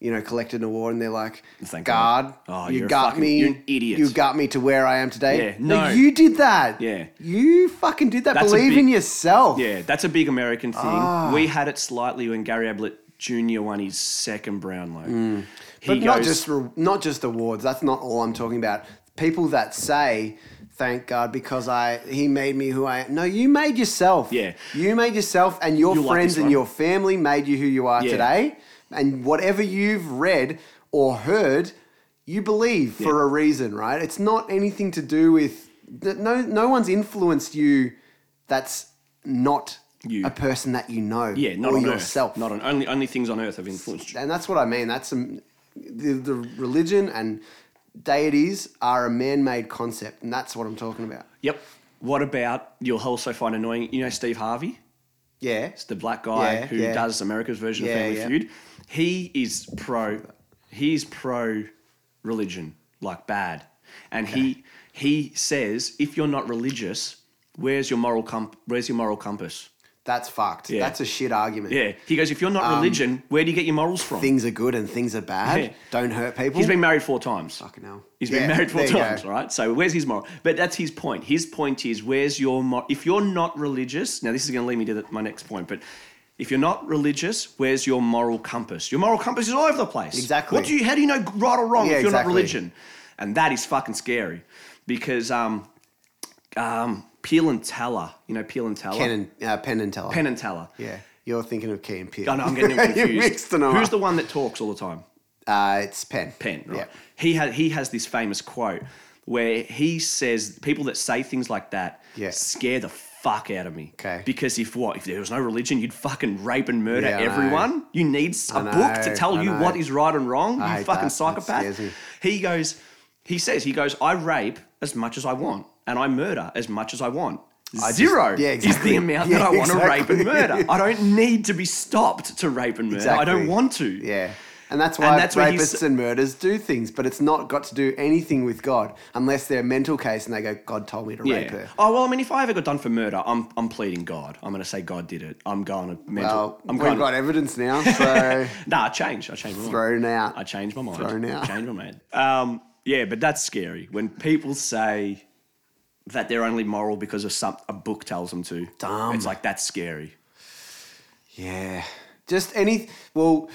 S1: you know, collect an award and they're like,
S2: Thank
S1: "God,
S2: God. Oh,
S1: you
S2: you're a
S1: got
S2: fucking-
S1: me,
S2: you're an idiot."
S1: You got me to where I am today."
S2: Yeah, no.
S1: you did that.
S2: Yeah.
S1: you fucking did that.
S2: That's a
S1: Believe in
S2: big-
S1: yourself.
S2: Yeah, that's a big American thing.
S1: Ah.
S2: We had it slightly when Gary Ablett Jr. won his second Brownlow. He
S1: Mm. But not
S2: goes-
S1: just re- not just awards. That's not all I'm talking about. People that say, "Thank God because I he made me who I am." No, you made yourself.
S2: Yeah.
S1: you made yourself, and your
S2: You like
S1: friends
S2: this
S1: and
S2: one.
S1: your family made you who you are
S2: Yeah.
S1: today. And whatever you've read or heard, you believe for a reason, right? It's not anything to do with th- no no one's influenced you that's not
S2: You.
S1: a person that you know
S2: Yeah, not
S1: or
S2: on
S1: yourself.
S2: Earth. Not on only only things on earth have influenced you.
S1: and that's what I mean. That's some, the, the religion and deities are a man-made concept, and that's what I'm talking about.
S2: Yep. What about you'll also find annoying? You know Steve Harvey,
S1: Yeah,
S2: it's the black guy
S1: Yeah,
S2: who
S1: yeah.
S2: does America's version
S1: Yeah,
S2: of Family
S1: yeah.
S2: Feud. He is pro. He's pro religion, like bad, and he he says if you're not religious, where's your moral comp? Where's your moral compass?
S1: that's fucked. That's a shit argument.
S2: Yeah. He goes, if you're
S1: Um,
S2: not religion, where do you get your morals from?
S1: Things are good and things are bad.
S2: Yeah.
S1: Don't hurt people.
S2: He's been married four times.
S1: Fucking hell.
S2: He's
S1: Yeah,
S2: been married four
S1: there you go.
S2: times, right? So where's his moral? But that's his point. His point is where's your moral? If you're not religious, now this is going to lead me to the, my next point, but if you're not religious, where's your moral compass? Your moral compass is all over the place.
S1: Exactly.
S2: What do you? How do you know right or wrong
S1: Yeah,
S2: if you're
S1: exactly.
S2: not religion? And that is fucking scary, because um, um, Peel and Teller, you know Peel and Teller,
S1: Ken and uh, Penn and Teller.
S2: Penn and Teller.
S1: yeah, you're thinking of Key and Peele.
S2: I know I'm getting them confused.
S1: you mixed them
S2: Who's
S1: up.
S2: the one that talks all the time?
S1: uh, it's Penn.
S2: Penn, right?
S1: Yeah.
S2: He has he has this famous quote where he says people that say things like that
S1: Yeah.
S2: scare the fuck out of me.
S1: Okay.
S2: Because if what if there was no religion, you'd fucking rape and murder
S1: Yeah, I know.
S2: everyone. You need s- a
S1: I
S2: book
S1: know,
S2: to tell
S1: I
S2: you
S1: know.
S2: what is right and wrong.
S1: I
S2: you
S1: hate
S2: fucking
S1: that. That
S2: psychopath.
S1: scares me.
S2: He goes. He says he goes. I rape as much as I want, and I murder as much as I want. Zero
S1: yeah,
S2: is
S1: exactly.
S2: the amount
S1: Yeah,
S2: that I want to rape and
S1: exactly.
S2: murder. I don't need to be stopped to rape and murder. I don't
S1: Exactly.
S2: want to.
S1: Yeah. And that's why
S2: that's where he's-
S1: rapists and murders do things, but it's not got to do anything with God unless they're a mental case and they go, God told me to rape her.
S2: Oh well, I mean, if I ever got done for murder, I'm I'm pleading God. I'm going to say God did it. I'm going to mental.
S1: Well,
S2: I'm
S1: we've
S2: going.
S1: got eh? evidence now, so
S2: Nah, I changed. I changed my mind.
S1: thrown out.
S2: I changed my mind.
S1: Thrown out.
S2: Changed my mind. Um, yeah, but that's scary when people say that they're only moral because of some a book tells them to.
S1: Dumb.
S2: It's like that's scary.
S1: Yeah. Just any well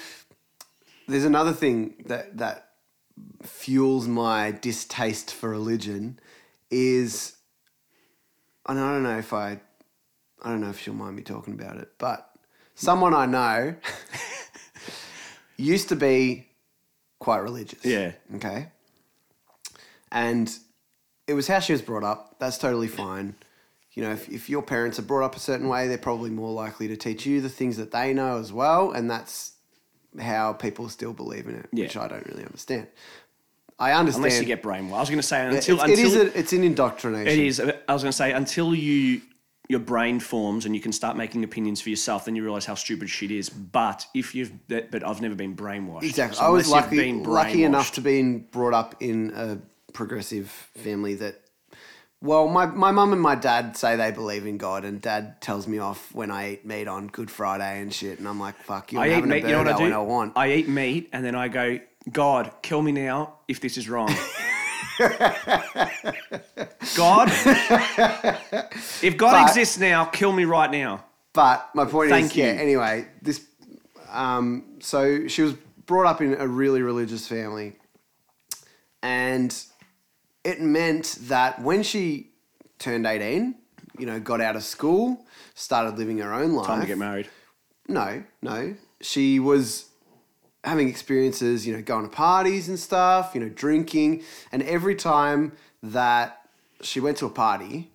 S1: there's another thing that that fuels my distaste for religion is and I don't know if I I don't know if she'll mind me talking about it, but someone I know used to be quite religious.
S2: Yeah.
S1: Okay. And it was how she was brought up. That's totally fine. You know, if, if your parents are brought up a certain way, they're probably more likely to teach you the things that they know as well. And that's how people still believe in it,
S2: Yeah.
S1: which I don't really understand. I understand.
S2: Unless you get brainwashed. I was going to say
S1: it's,
S2: until
S1: it
S2: until
S1: is a- it's an indoctrination.
S2: It is. I was going to say until you your brain forms and you can start making opinions for yourself, then you realize how stupid shit is. But if you've that, but I've never been brainwashed.
S1: Exactly.
S2: So
S1: I was
S2: unless you've
S1: lucky,
S2: been
S1: lucky enough
S2: brainwashed-
S1: to being brought up in a progressive family that. Well, my, my mum and my dad say they believe in God, and dad tells me off when I eat meat on Good Friday and shit. And I'm like, fuck, you're
S2: I eat
S1: having a
S2: meat. You know what
S1: burger
S2: I do?
S1: when I want.
S2: I eat meat and then I go, God, kill me now if this is wrong. God, if God
S1: But-
S2: exists now, kill me right now.
S1: But my point
S2: Thank
S1: is, yeah.
S2: you.
S1: Anyway, this. Um, so she was brought up in a really religious family, and it meant that when she turned eighteen, you know, got out of school, started living her own life.
S2: Time to get married.
S1: No, no. She was having experiences, you know, going to parties and stuff, you know, drinking. And every time that she went to a party,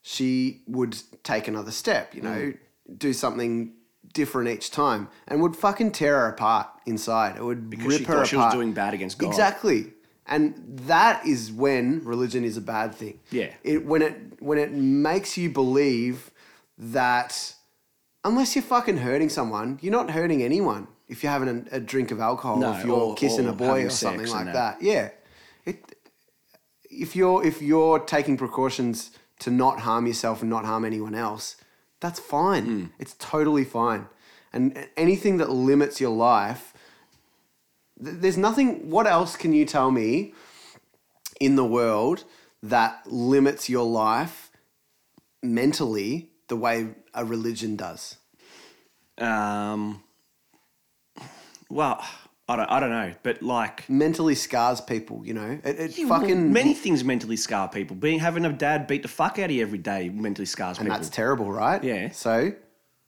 S1: she would take another step, you know,
S2: Mm.
S1: do something different each time and would fucking tear her apart inside. It would
S2: Because
S1: rip
S2: she
S1: her
S2: thought
S1: apart.
S2: she was doing bad against God.
S1: Exactly. And that is when religion is a bad thing.
S2: Yeah.
S1: It when it when it makes you believe that unless you're fucking hurting someone, you're not hurting anyone if you're having a, a drink of alcohol,
S2: No,
S1: if you're
S2: or-
S1: kissing
S2: or
S1: a boy
S2: having
S1: or
S2: sex
S1: something
S2: and
S1: like
S2: that.
S1: that. Yeah. It if you're if you're taking precautions to not harm yourself and not harm anyone else, that's fine.
S2: Hmm.
S1: It's totally fine. And anything that limits your life th- there's nothing what else can you tell me in the world that limits your life mentally the way a religion does
S2: Um, well, I don't, I don't know, but like.
S1: mentally scars people you know it, it
S2: Yeah, well,
S1: fucking
S2: many things mentally scar people. Being having a dad beat the fuck out of you every day mentally scars
S1: and
S2: people.
S1: that's terrible right
S2: Yeah.
S1: so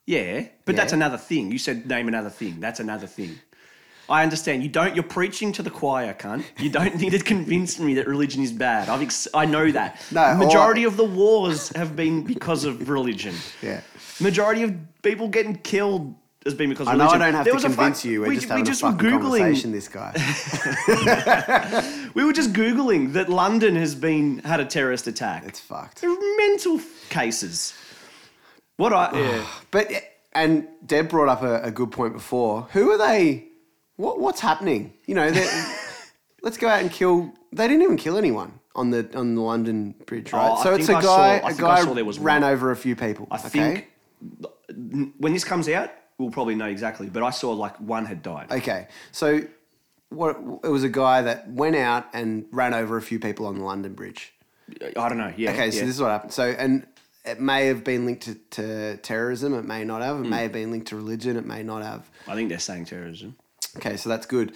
S2: yeah, but that's
S1: Yeah.
S2: another thing. You said name another thing. That's another thing. I understand. You don't. You're preaching to the choir, cunt. You don't need to convince me that religion is bad. I've ex- I know that.
S1: No,
S2: Majority of the wars have been because of religion.
S1: Yeah.
S2: Majority of people getting killed has been because of
S1: I know I
S2: religion.
S1: don't have
S2: There
S1: to
S2: was a fuck-
S1: convince you. We're just having a
S2: were
S1: fucking conversation. This guy.
S2: We were just googling that London has been had a terrorist attack.
S1: It's fucked.
S2: They're mental f- cases. What I yeah.
S1: But and Deb brought up a, a good point before. Who are they? What what's happening? You know, they're- let's go out and kill. They didn't even kill anyone on the on the London Bridge, right?
S2: Oh, I
S1: so it's a
S2: think
S1: guy.
S2: I saw- I
S1: a
S2: think I
S1: guy
S2: saw there was
S1: ran
S2: one.
S1: over a few people.
S2: I think n- when this comes out, we'll probably know exactly. But I saw like one had died.
S1: Okay, so what? It was a guy that went out and ran over a few people on the London Bridge.
S2: I don't know. Yeah.
S1: Okay,
S2: yeah.
S1: so this is what happened. So, and it may have been linked to, to terrorism. It may not have. It may have been linked to religion. It may not have.
S2: I think they're saying terrorism.
S1: Okay, so that's good.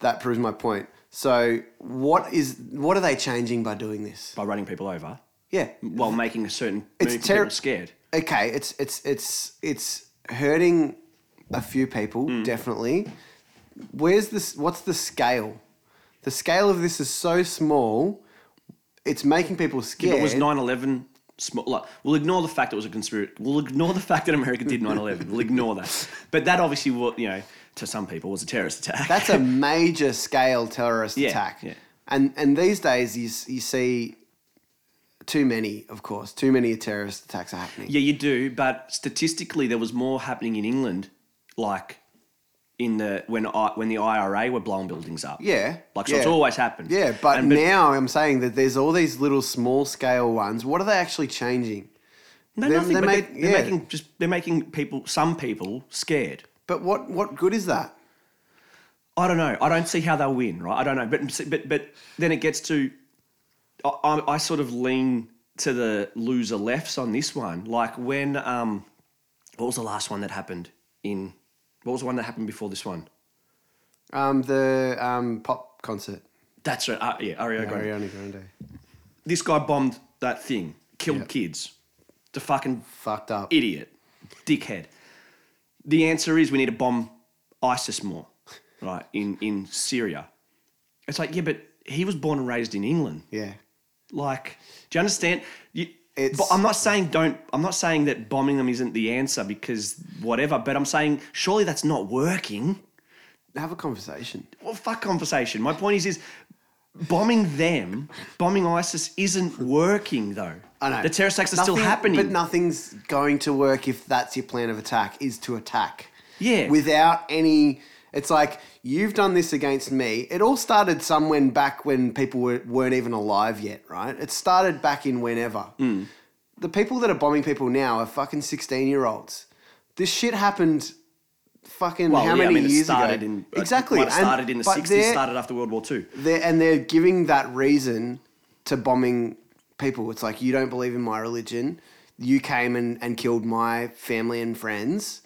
S1: That proves my point. So, what is what are they changing by doing this?
S2: by running people over
S1: Yeah.
S2: while making a certain
S1: It's
S2: it's
S1: terr-
S2: people scared.
S1: Okay, it's it's it's it's hurting a few people
S2: Hmm.
S1: definitely. Where's this? What's the scale? The scale of this is so small. It's making people scared.
S2: It was 9/11. Sm- like, we'll ignore the fact it was a conspiracy. We'll ignore the fact that America did 9/11. we'll ignore that. But that obviously, wa- you know, to some people, was a terrorist attack.
S1: That's a major scale terrorist
S2: Yeah,
S1: attack.
S2: yeah.
S1: And and these days you s- you see too many, of course, too many terrorist attacks are happening.
S2: yeah, you do. But statistically, there was more happening in England, like in the when I, when the IRA were blowing buildings up.
S1: Yeah,
S2: like so it's
S1: yeah.
S2: always happened.
S1: Yeah, but,
S2: And-
S1: now I'm saying that there's all these little small scale ones. What are they actually changing?
S2: no,
S1: they-
S2: nothing.
S1: they
S2: but
S1: make-
S2: they're, they're
S1: yeah.
S2: making just they're making people some people scared.
S1: But what what good is that?
S2: I don't know. I don't see how they'll win, right? I don't know. But but but then it gets to I, I, I sort of lean to the loser lefts on this one. Like when um, what was the last one that happened in? What was the one that happened before this one?
S1: Um, the um, pop concert,
S2: That's right. Uh, yeah, Ariana Grande.
S1: Ariana Grande,
S2: This guy bombed that thing, killed kids. The fucking
S1: fucked up.
S2: idiot, dickhead. The answer is we need to bomb ISIS more, right? In in Syria. It's like yeah, but he was born and raised in England.
S1: yeah,
S2: Like, do you understand? You,
S1: It's-
S2: but I'm not saying don't. I'm not saying that bombing them isn't the answer because whatever. But I'm saying surely that's not working.
S1: have a conversation.
S2: Well, fuck conversation. My point is, is bombing them, bombing ISIS isn't working though.
S1: I know
S2: the terrorist attacks are still
S1: Nothing-
S2: happening.
S1: but nothing's going to work if that's your plan of attack is to attack.
S2: Yeah.
S1: without any. It's like you've done this against me. It all started some when back when people were, weren't even alive yet, right? It started back in whenever.
S2: Mm.
S1: The people that are bombing people now are fucking sixteen-year-olds. This shit happened. Fucking
S2: Well,
S1: how many
S2: yeah, I mean, it
S1: years
S2: started
S1: ago?
S2: in
S1: exactly.
S2: It might have
S1: And-
S2: started in the
S1: but
S2: 60s.
S1: they're-
S2: Started after World War Two.
S1: they're, and they're giving that reason to bombing people. It's like you don't believe in my religion. You came and, and killed my family and friends.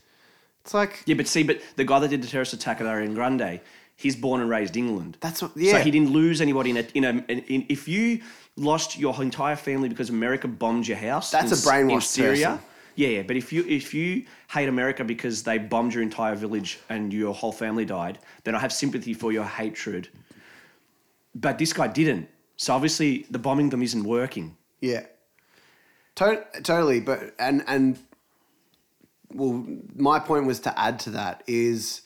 S1: It's like
S2: Yeah, but see, but the guy that did the terrorist attack at Ariana Grande, he's born and raised England.
S1: That's what- yeah.
S2: So he didn't lose anybody in a in a. In, in, if you lost your entire family because America bombed your house,
S1: That's
S2: in
S1: a
S2: S-
S1: brainwashed
S2: in Syria.
S1: person.
S2: Yeah, yeah, but if you if you hate America because they bombed your entire village and your whole family died, then I have sympathy for your hatred. But this guy didn't. So obviously the bombing them isn't working.
S1: yeah, to- totally. But and and well, my point was to add to that is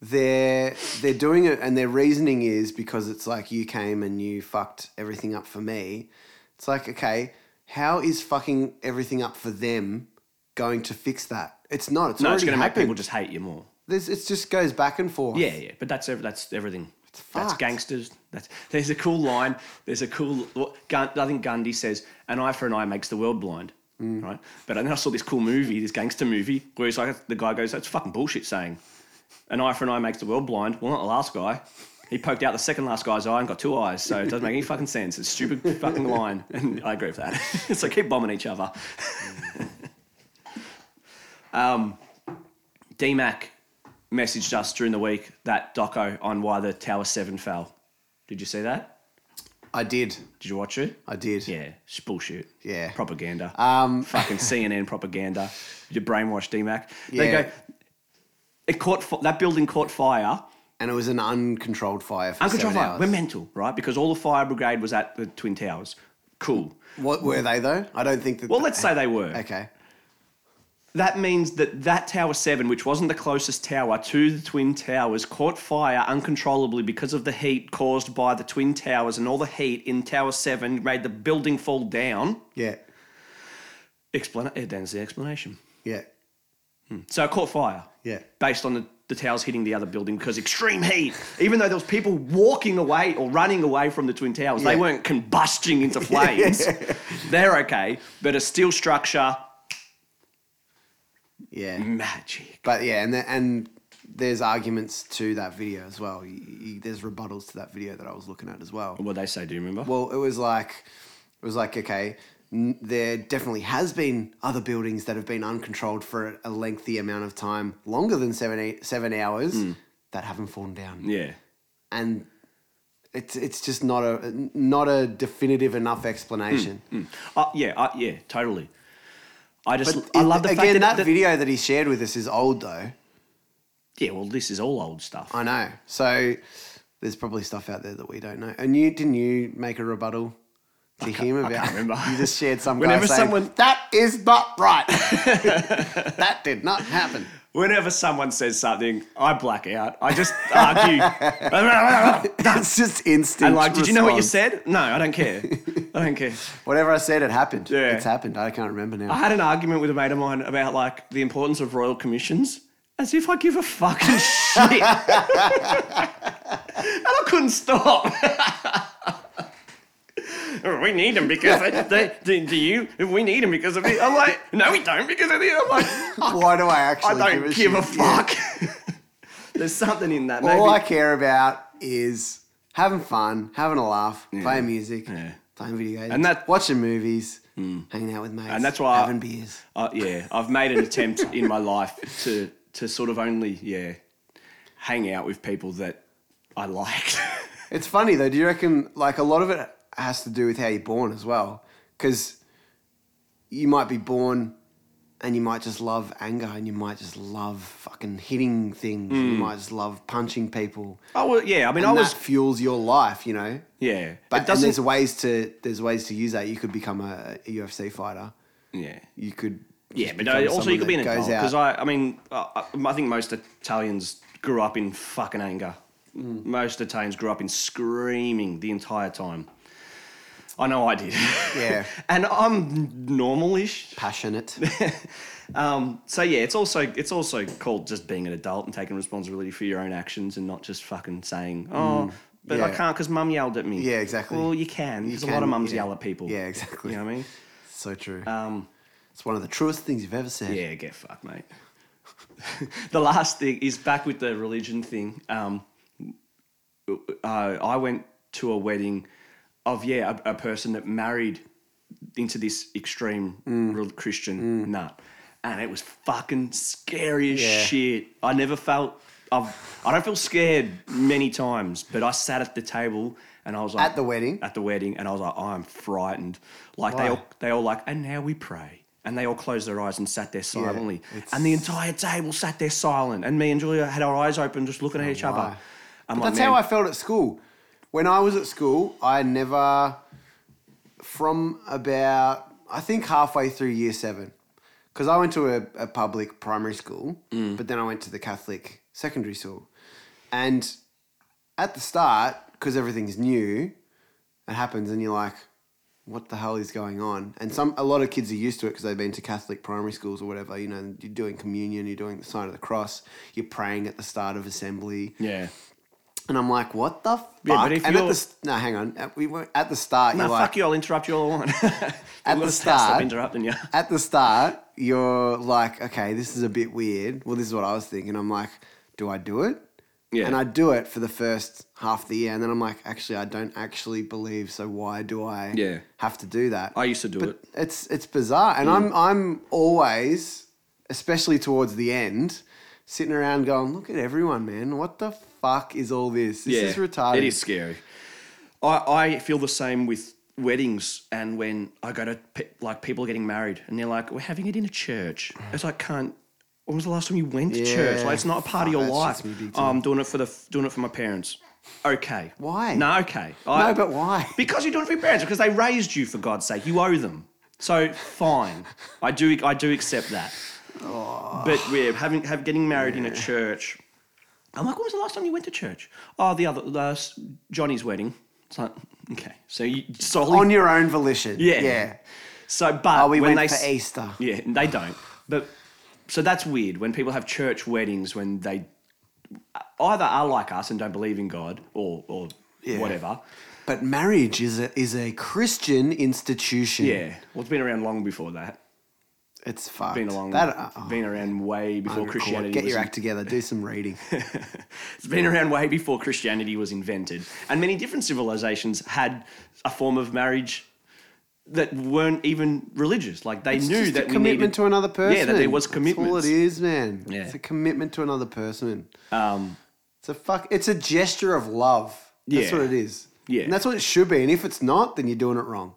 S1: they're they're doing it and their reasoning is because it's like you came and you fucked everything up for me. It's like okay, how is fucking everything up for them going to fix that? It's not. It's
S2: No,
S1: already
S2: it's going to make
S1: happened.
S2: people just hate you more.
S1: There's, it just goes back and forth.
S2: Yeah, yeah, but that's ev- that's everything. That's
S1: fucked.
S2: gangsters. That's there's a cool line. There's a cool. well, Gun, I think Gandhi says, "An eye for an eye makes the world blind." Right, but then I saw this cool movie, this gangster movie, where he's like, the guy goes, "That's fucking bullshit." Saying, "An eye for an eye makes the world blind." Well, not the last guy. He poked out the second last guy's eye and got two eyes, so it doesn't make any fucking sense. It's a stupid fucking line, and I agree with that. so keep bombing each other. DMAC messaged us during the week that doco on why the Tower 7 fell. Did you see that?
S1: I did.
S2: Did you watch it?
S1: I did.
S2: Yeah, it's bullshit.
S1: Yeah.
S2: Propaganda.
S1: Um,
S2: Fucking CNN propaganda. You brainwashed DMAC. They
S1: Yeah.
S2: go, it caught, fi- that building caught fire
S1: and it was an uncontrolled fire. For
S2: Uncontrolled
S1: seven
S2: fire.
S1: hours.
S2: We're mental, right? Because all the fire brigade was at the Twin Towers. Cool.
S1: What were they though? I don't think that.
S2: Well, let's say they were.
S1: Okay.
S2: That means that that Tower 7, which wasn't the closest tower to the Twin Towers, caught fire uncontrollably because of the heat caused by the Twin Towers, and all the heat in Tower 7 made the building fall down.
S1: Yeah.
S2: Explan- eh, there's the explanation.
S1: Yeah.
S2: So it caught fire.
S1: Yeah.
S2: Based on the, the towers hitting the other building because extreme heat. Even though there was people walking away or running away from the twin towers, they
S1: Yeah.
S2: weren't combusting into flames. They're okay, but a steel structure,
S1: Yeah.
S2: Mm-hmm. magic.
S1: But yeah, and the, and there's arguments to that video as well. Y y there's rebuttals to that video that I was looking at as well.
S2: What they say? Do you remember?
S1: Well, it was like it was like okay, n- there definitely has been other buildings that have been uncontrolled for a lengthy amount of time, longer than seven eight, seven hours, that haven't fallen down,
S2: yeah.
S1: and it's it's just not a not a definitive enough explanation.
S2: Uh, yeah. Uh, yeah. Totally. I just
S1: But
S2: I
S1: it-
S2: love the
S1: again
S2: fact that,
S1: that,
S2: that-
S1: video that he shared with us is old though.
S2: yeah. Well, this is all old stuff.
S1: I know. So there's probably stuff out there that we don't know. And you didn't you make a rebuttal to him about?
S2: can't remember.
S1: You just shared some.
S2: Whenever
S1: guy saying,
S2: someone-
S1: that is not right. that did not happen.
S2: Whenever someone says something, I black out. I just argue.
S1: That's just instant.
S2: And like, did you know what you
S1: response.
S2: said? No, I don't care. I don't care.
S1: Whatever I said, it happened.
S2: Yeah.
S1: It's happened. I can't remember now.
S2: I had an argument with a mate of mine about like the importance of royal commissions, as if I give a fucking shit. and I couldn't stop. we need them because they, they do, do you? We need them because of it. I'm like, no, we don't because of it. I'm like, fuck,
S1: Why do I
S2: I
S1: actually?
S2: don't give, a,
S1: shit? Yeah.
S2: fuck. There's something in that. Maybe.
S1: All I care about is having fun, having a laugh, playing music,
S2: Yeah.
S1: playing video games,
S2: And that- Hmm.
S1: watching movies, hanging out with mates,
S2: And that's why I-
S1: having beers.
S2: Uh, yeah, I've made an attempt in my life to to sort of only yeah hang out with people that I liked.
S1: It's funny though. Do you reckon like a lot of it has to do with how you're born as well? Because you might be born and you might just love anger and you might just love fucking hitting things. You might just love punching people.
S2: I was yeah. Hmm. I mean,
S1: And
S2: I
S1: that
S2: was
S1: fuels your life, you know.
S2: yeah.
S1: But
S2: it
S1: and
S2: doesn't.
S1: there's ways to there's ways to use that. You could become a, a UFC fighter.
S2: Yeah.
S1: You could
S2: Yeah,
S1: just
S2: but
S1: become
S2: I, also you
S1: someone
S2: could be an
S1: that
S2: adult
S1: goes out.
S2: because I, I mean, I, I- I think most Italians grew up in fucking anger.
S1: Mm.
S2: Most Italians grew up in screaming the entire time. I know I did.
S1: Yeah.
S2: and I'm normalish.
S1: passionate.
S2: Um, so yeah, it's also it's also called just being an adult and taking responsibility for your own actions and not just fucking saying, "Oh, but I
S1: Mm. yeah.
S2: can't because mum yelled at me."
S1: Yeah, exactly.
S2: Well, you can. There's a lot
S1: can,
S2: of mums
S1: yeah.
S2: yell at people.
S1: Yeah, exactly.
S2: You know what I mean?
S1: so true.
S2: Um,
S1: it's one of the truest things you've ever said.
S2: yeah, get fucked, mate. the last thing is back with the religion thing. Um, uh, I went to a wedding of yeah a, a person that married into this extreme
S1: Mm.
S2: real Christian nut, and it was fucking scary as
S1: Yeah.
S2: shit. I never felt. I've, I don't feel scared many times, but I sat at the table and I was like
S1: At the wedding?
S2: at the wedding, and I was like, I'm frightened. Like they
S1: Why?
S2: all, they all like, and now we pray, and they all closed their eyes and sat there silently,
S1: it's-
S2: and the entire table sat there silent, and me and Julia had our eyes open, just looking at each other.
S1: Oh, why?
S2: I'm
S1: That's
S2: "Man,
S1: how I felt at school. When I was at school, I never, from about, I think halfway through year seven, because I went to a, a public primary school,
S2: Mm.
S1: but then I went to the Catholic secondary school. And at the start, because everything's new, it happens and you're like, what the hell is going on? And some a lot of kids are used to it because they've been to Catholic primary schools or whatever. You know, you're doing communion, you're doing the sign of the cross, you're praying at the start of assembly.
S2: Yeah.
S1: And I'm like, what the fuck?
S2: Yeah, but if
S1: and at
S2: you're-
S1: the st- no, hang on. At, we were at the start.
S2: No,
S1: you're
S2: fuck
S1: like,
S2: you. I'll interrupt you all I want.
S1: At
S2: I'm
S1: the
S2: gonna Stop
S1: start-
S2: interrupting you.
S1: at the start, you're like, okay, this is a bit weird. Well, this is what I was thinking. I'm like, do I do it?
S2: Yeah.
S1: And I do it for the first half of the year, and then I'm like, actually, I don't actually believe. So why do I
S2: Yeah.
S1: have to do that?
S2: I used to do it.
S1: It's it's bizarre, and I'm I'm always, especially towards the end, sitting around going, look at everyone, man. What the fuck is all this? This is retarded.
S2: It is scary. I, I feel the same with weddings and when I go to pe- like people are getting married and they're like, we're having it in a church. It's like, can't. When was the last time you went to
S1: Yeah.
S2: church? Like it's not a part of
S1: Fuck,
S2: your
S1: that
S2: life.
S1: shits me big
S2: Oh, I'm doing it for the doing it for my parents. Okay.
S1: Why?
S2: No, okay.
S1: No, but why?
S2: Because you're doing it for your parents, because they raised you for God's sake. You owe them. So fine. I do I do accept that. But yeah, having have getting married in a church. I'm like, when was the last time you went to church? Oh, the other uh, Johnny's wedding. It's like, okay. So you solely
S1: on your own volition.
S2: yeah.
S1: Oh, yeah.
S2: So, but
S1: Oh, we
S2: when
S1: went
S2: they
S1: for
S2: s-
S1: Easter.
S2: Yeah, they don't. But so that's weird when people have church weddings when they either are like us and don't believe in God or or
S1: Yeah.
S2: whatever.
S1: But marriage is a is a Christian institution.
S2: Yeah. Well, it's been around long before that.
S1: it's fucked.
S2: Been along.
S1: That, uh, oh,
S2: been around way before
S1: record.
S2: Christianity.
S1: Get
S2: was
S1: your act together. Do some reading.
S2: It's been around way before Christianity was invented, and many different civilizations had a form of marriage that weren't even religious. Like they
S1: It's
S2: knew
S1: just a
S2: that we
S1: commitment
S2: needed
S1: to another person.
S2: Yeah, that there was commitment.
S1: That's all it is, man.
S2: Yeah.
S1: It's a commitment to another person.
S2: Um,
S1: It's a fuck. It's a gesture of love. That's
S2: Yeah.
S1: what it is.
S2: Yeah.
S1: and that's what it should be. And if it's not, then you're doing it wrong.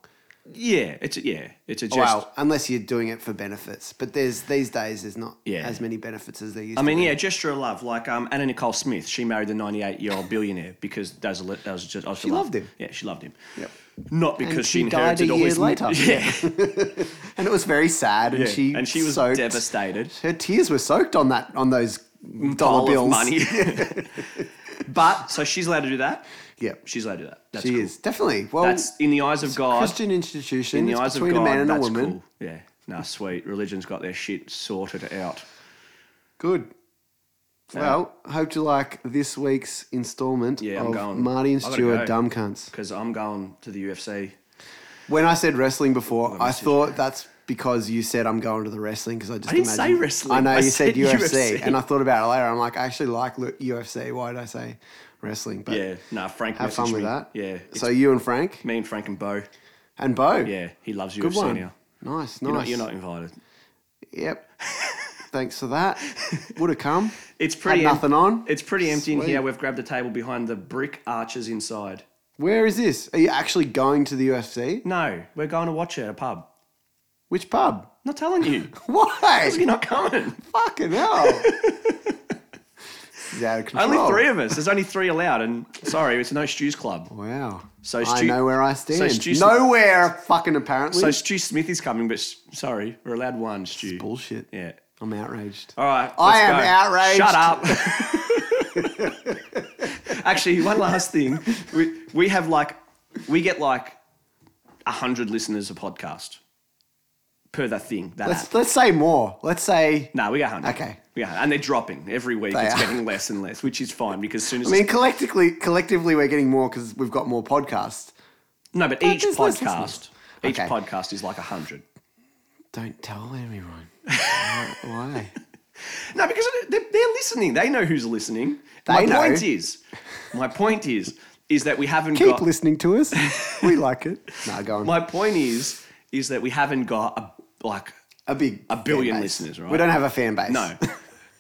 S2: yeah, it's a, yeah, it's a just.
S1: Well, unless you're doing it for benefits, but there's these days there's not
S2: Yeah.
S1: as many benefits as there used
S2: I
S1: to.
S2: mean, yeah, gesture of love. Like um, Anna Nicole Smith, she married the 98 year old billionaire because that was, a li- that was just. She,
S1: loved him.
S2: Yeah, she loved him.
S1: Yep.
S2: Not because
S1: And
S2: she,
S1: she died
S2: inherited
S1: a
S2: all
S1: year
S2: his
S1: later.
S2: Yeah,
S1: and it was very sad, and
S2: yeah.
S1: she
S2: and she was
S1: soaked,
S2: devastated.
S1: Her tears were soaked on that on those
S2: Mm, Pile
S1: dollar
S2: of
S1: bills.
S2: money. but so she's allowed to do that.
S1: Yep,
S2: She's allowed to do that. That's
S1: she
S2: cool.
S1: is definitely well.
S2: That's in the eyes of God.
S1: Christian institution.
S2: in the
S1: it's
S2: eyes of
S1: between
S2: God,
S1: a man and a
S2: that's
S1: woman.
S2: cool. Yeah. Nah, sweet. Religion's got their shit sorted out.
S1: Good. Well, hope you like this week's installment
S2: Yeah, I'm
S1: of
S2: going.
S1: Marty and
S2: I gotta
S1: Stuart
S2: go.
S1: Dumb Cunts.
S2: Because I'm going to the UFC.
S1: When I said wrestling before, I
S2: message.
S1: thought that's because you said I'm going to the wrestling because I just
S2: I didn't say
S1: imagined-
S2: wrestling.
S1: I know
S2: I
S1: you said,
S2: said
S1: UFC,
S2: UFC.
S1: and I thought about it later. I'm like, I actually like lu- UFC. Why did I say wrestling? But
S2: Yeah. Nah, Frank
S1: have
S2: messaged
S1: fun with
S2: me.
S1: that.
S2: Yeah. It's
S1: So you and Frank
S2: me and Frank and Bo.
S1: and Bo.
S2: Yeah, he loves UFC
S1: Good one.
S2: now.
S1: Nice, nice.
S2: You're not, you're not invited.
S1: Yep. Thanks for that. Would have come.
S2: It's pretty
S1: Had nothing on.
S2: It's pretty empty in
S1: Sweet.
S2: here. We've grabbed a table behind the brick arches inside.
S1: Where is this? Are you actually going to the UFC?
S2: No, we're going to watch it at a pub.
S1: Which pub?
S2: Not telling you.
S1: Why?
S2: You're not coming.
S1: Fucking hell. this is out of control.
S2: Only three of us. There's only three allowed, and sorry, it's no Stews Club.
S1: Wow.
S2: So
S1: I
S2: Stu-
S1: know where I stand.
S2: so Stu-
S1: Nowhere, fucking apparently.
S2: So Stu Smith is coming, but s- sorry, we're allowed one Stu.
S1: Bullshit.
S2: Yeah.
S1: I'm outraged.
S2: All right.
S1: I
S2: let's
S1: am
S2: go.
S1: outraged.
S2: Shut up. Actually, one last thing. We we have like we get like hundred listeners a podcast per that thing. That
S1: Let's
S2: app.
S1: let's say more. Let's say.
S2: No, we got hundred.
S1: Okay.
S2: We got 100. and they're dropping every week.
S1: They
S2: it's
S1: are.
S2: getting less and less, which is fine because as soon as
S1: I mean, collectively, collectively, we're getting more because we've got more podcasts.
S2: no, but
S1: But
S2: each
S1: there's less
S2: podcast,
S1: listeners.
S2: each
S1: Okay.
S2: podcast is like hundred.
S1: Don't tell everyone. Why- Why?
S2: No, because they're, they're listening. They know who's listening. my
S1: They know.
S2: point is, my point is, is that we haven't
S1: Keep
S2: got.
S1: listening to us. We like it. No, go on.
S2: My point is, is that we haven't got a, like
S1: a big
S2: a billion
S1: fan base.
S2: listeners, right?
S1: We don't have a fan base.
S2: No,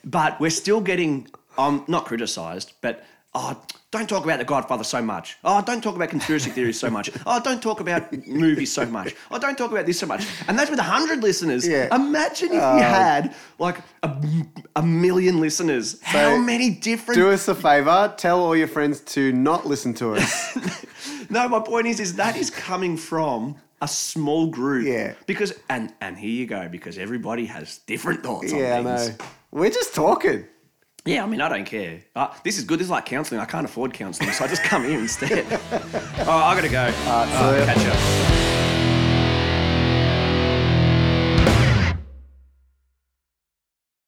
S2: but we're still getting. Um, not criticised, but oh, don't talk about The Godfather so much. Oh, don't talk about conspiracy theories so much. Oh, don't talk about movies so much. Oh, don't talk about this so much. And that's with hundred listeners.
S1: Yeah. Oh.
S2: Imagine if we had like a, a million listeners. How many different
S1: Do us a favor. Tell all your friends to not listen to us.
S2: No, my point is, is that is coming from a small group.
S1: Yeah.
S2: Because and and here you go, because everybody has different thoughts
S1: yeah, I
S2: on things.
S1: know. We're just talking.
S2: Yeah, I mean, I don't care. Uh, this is good. This is like counselling. I can't afford counselling, so I just come here instead. All right, I gotta go.
S1: so-
S2: catch up.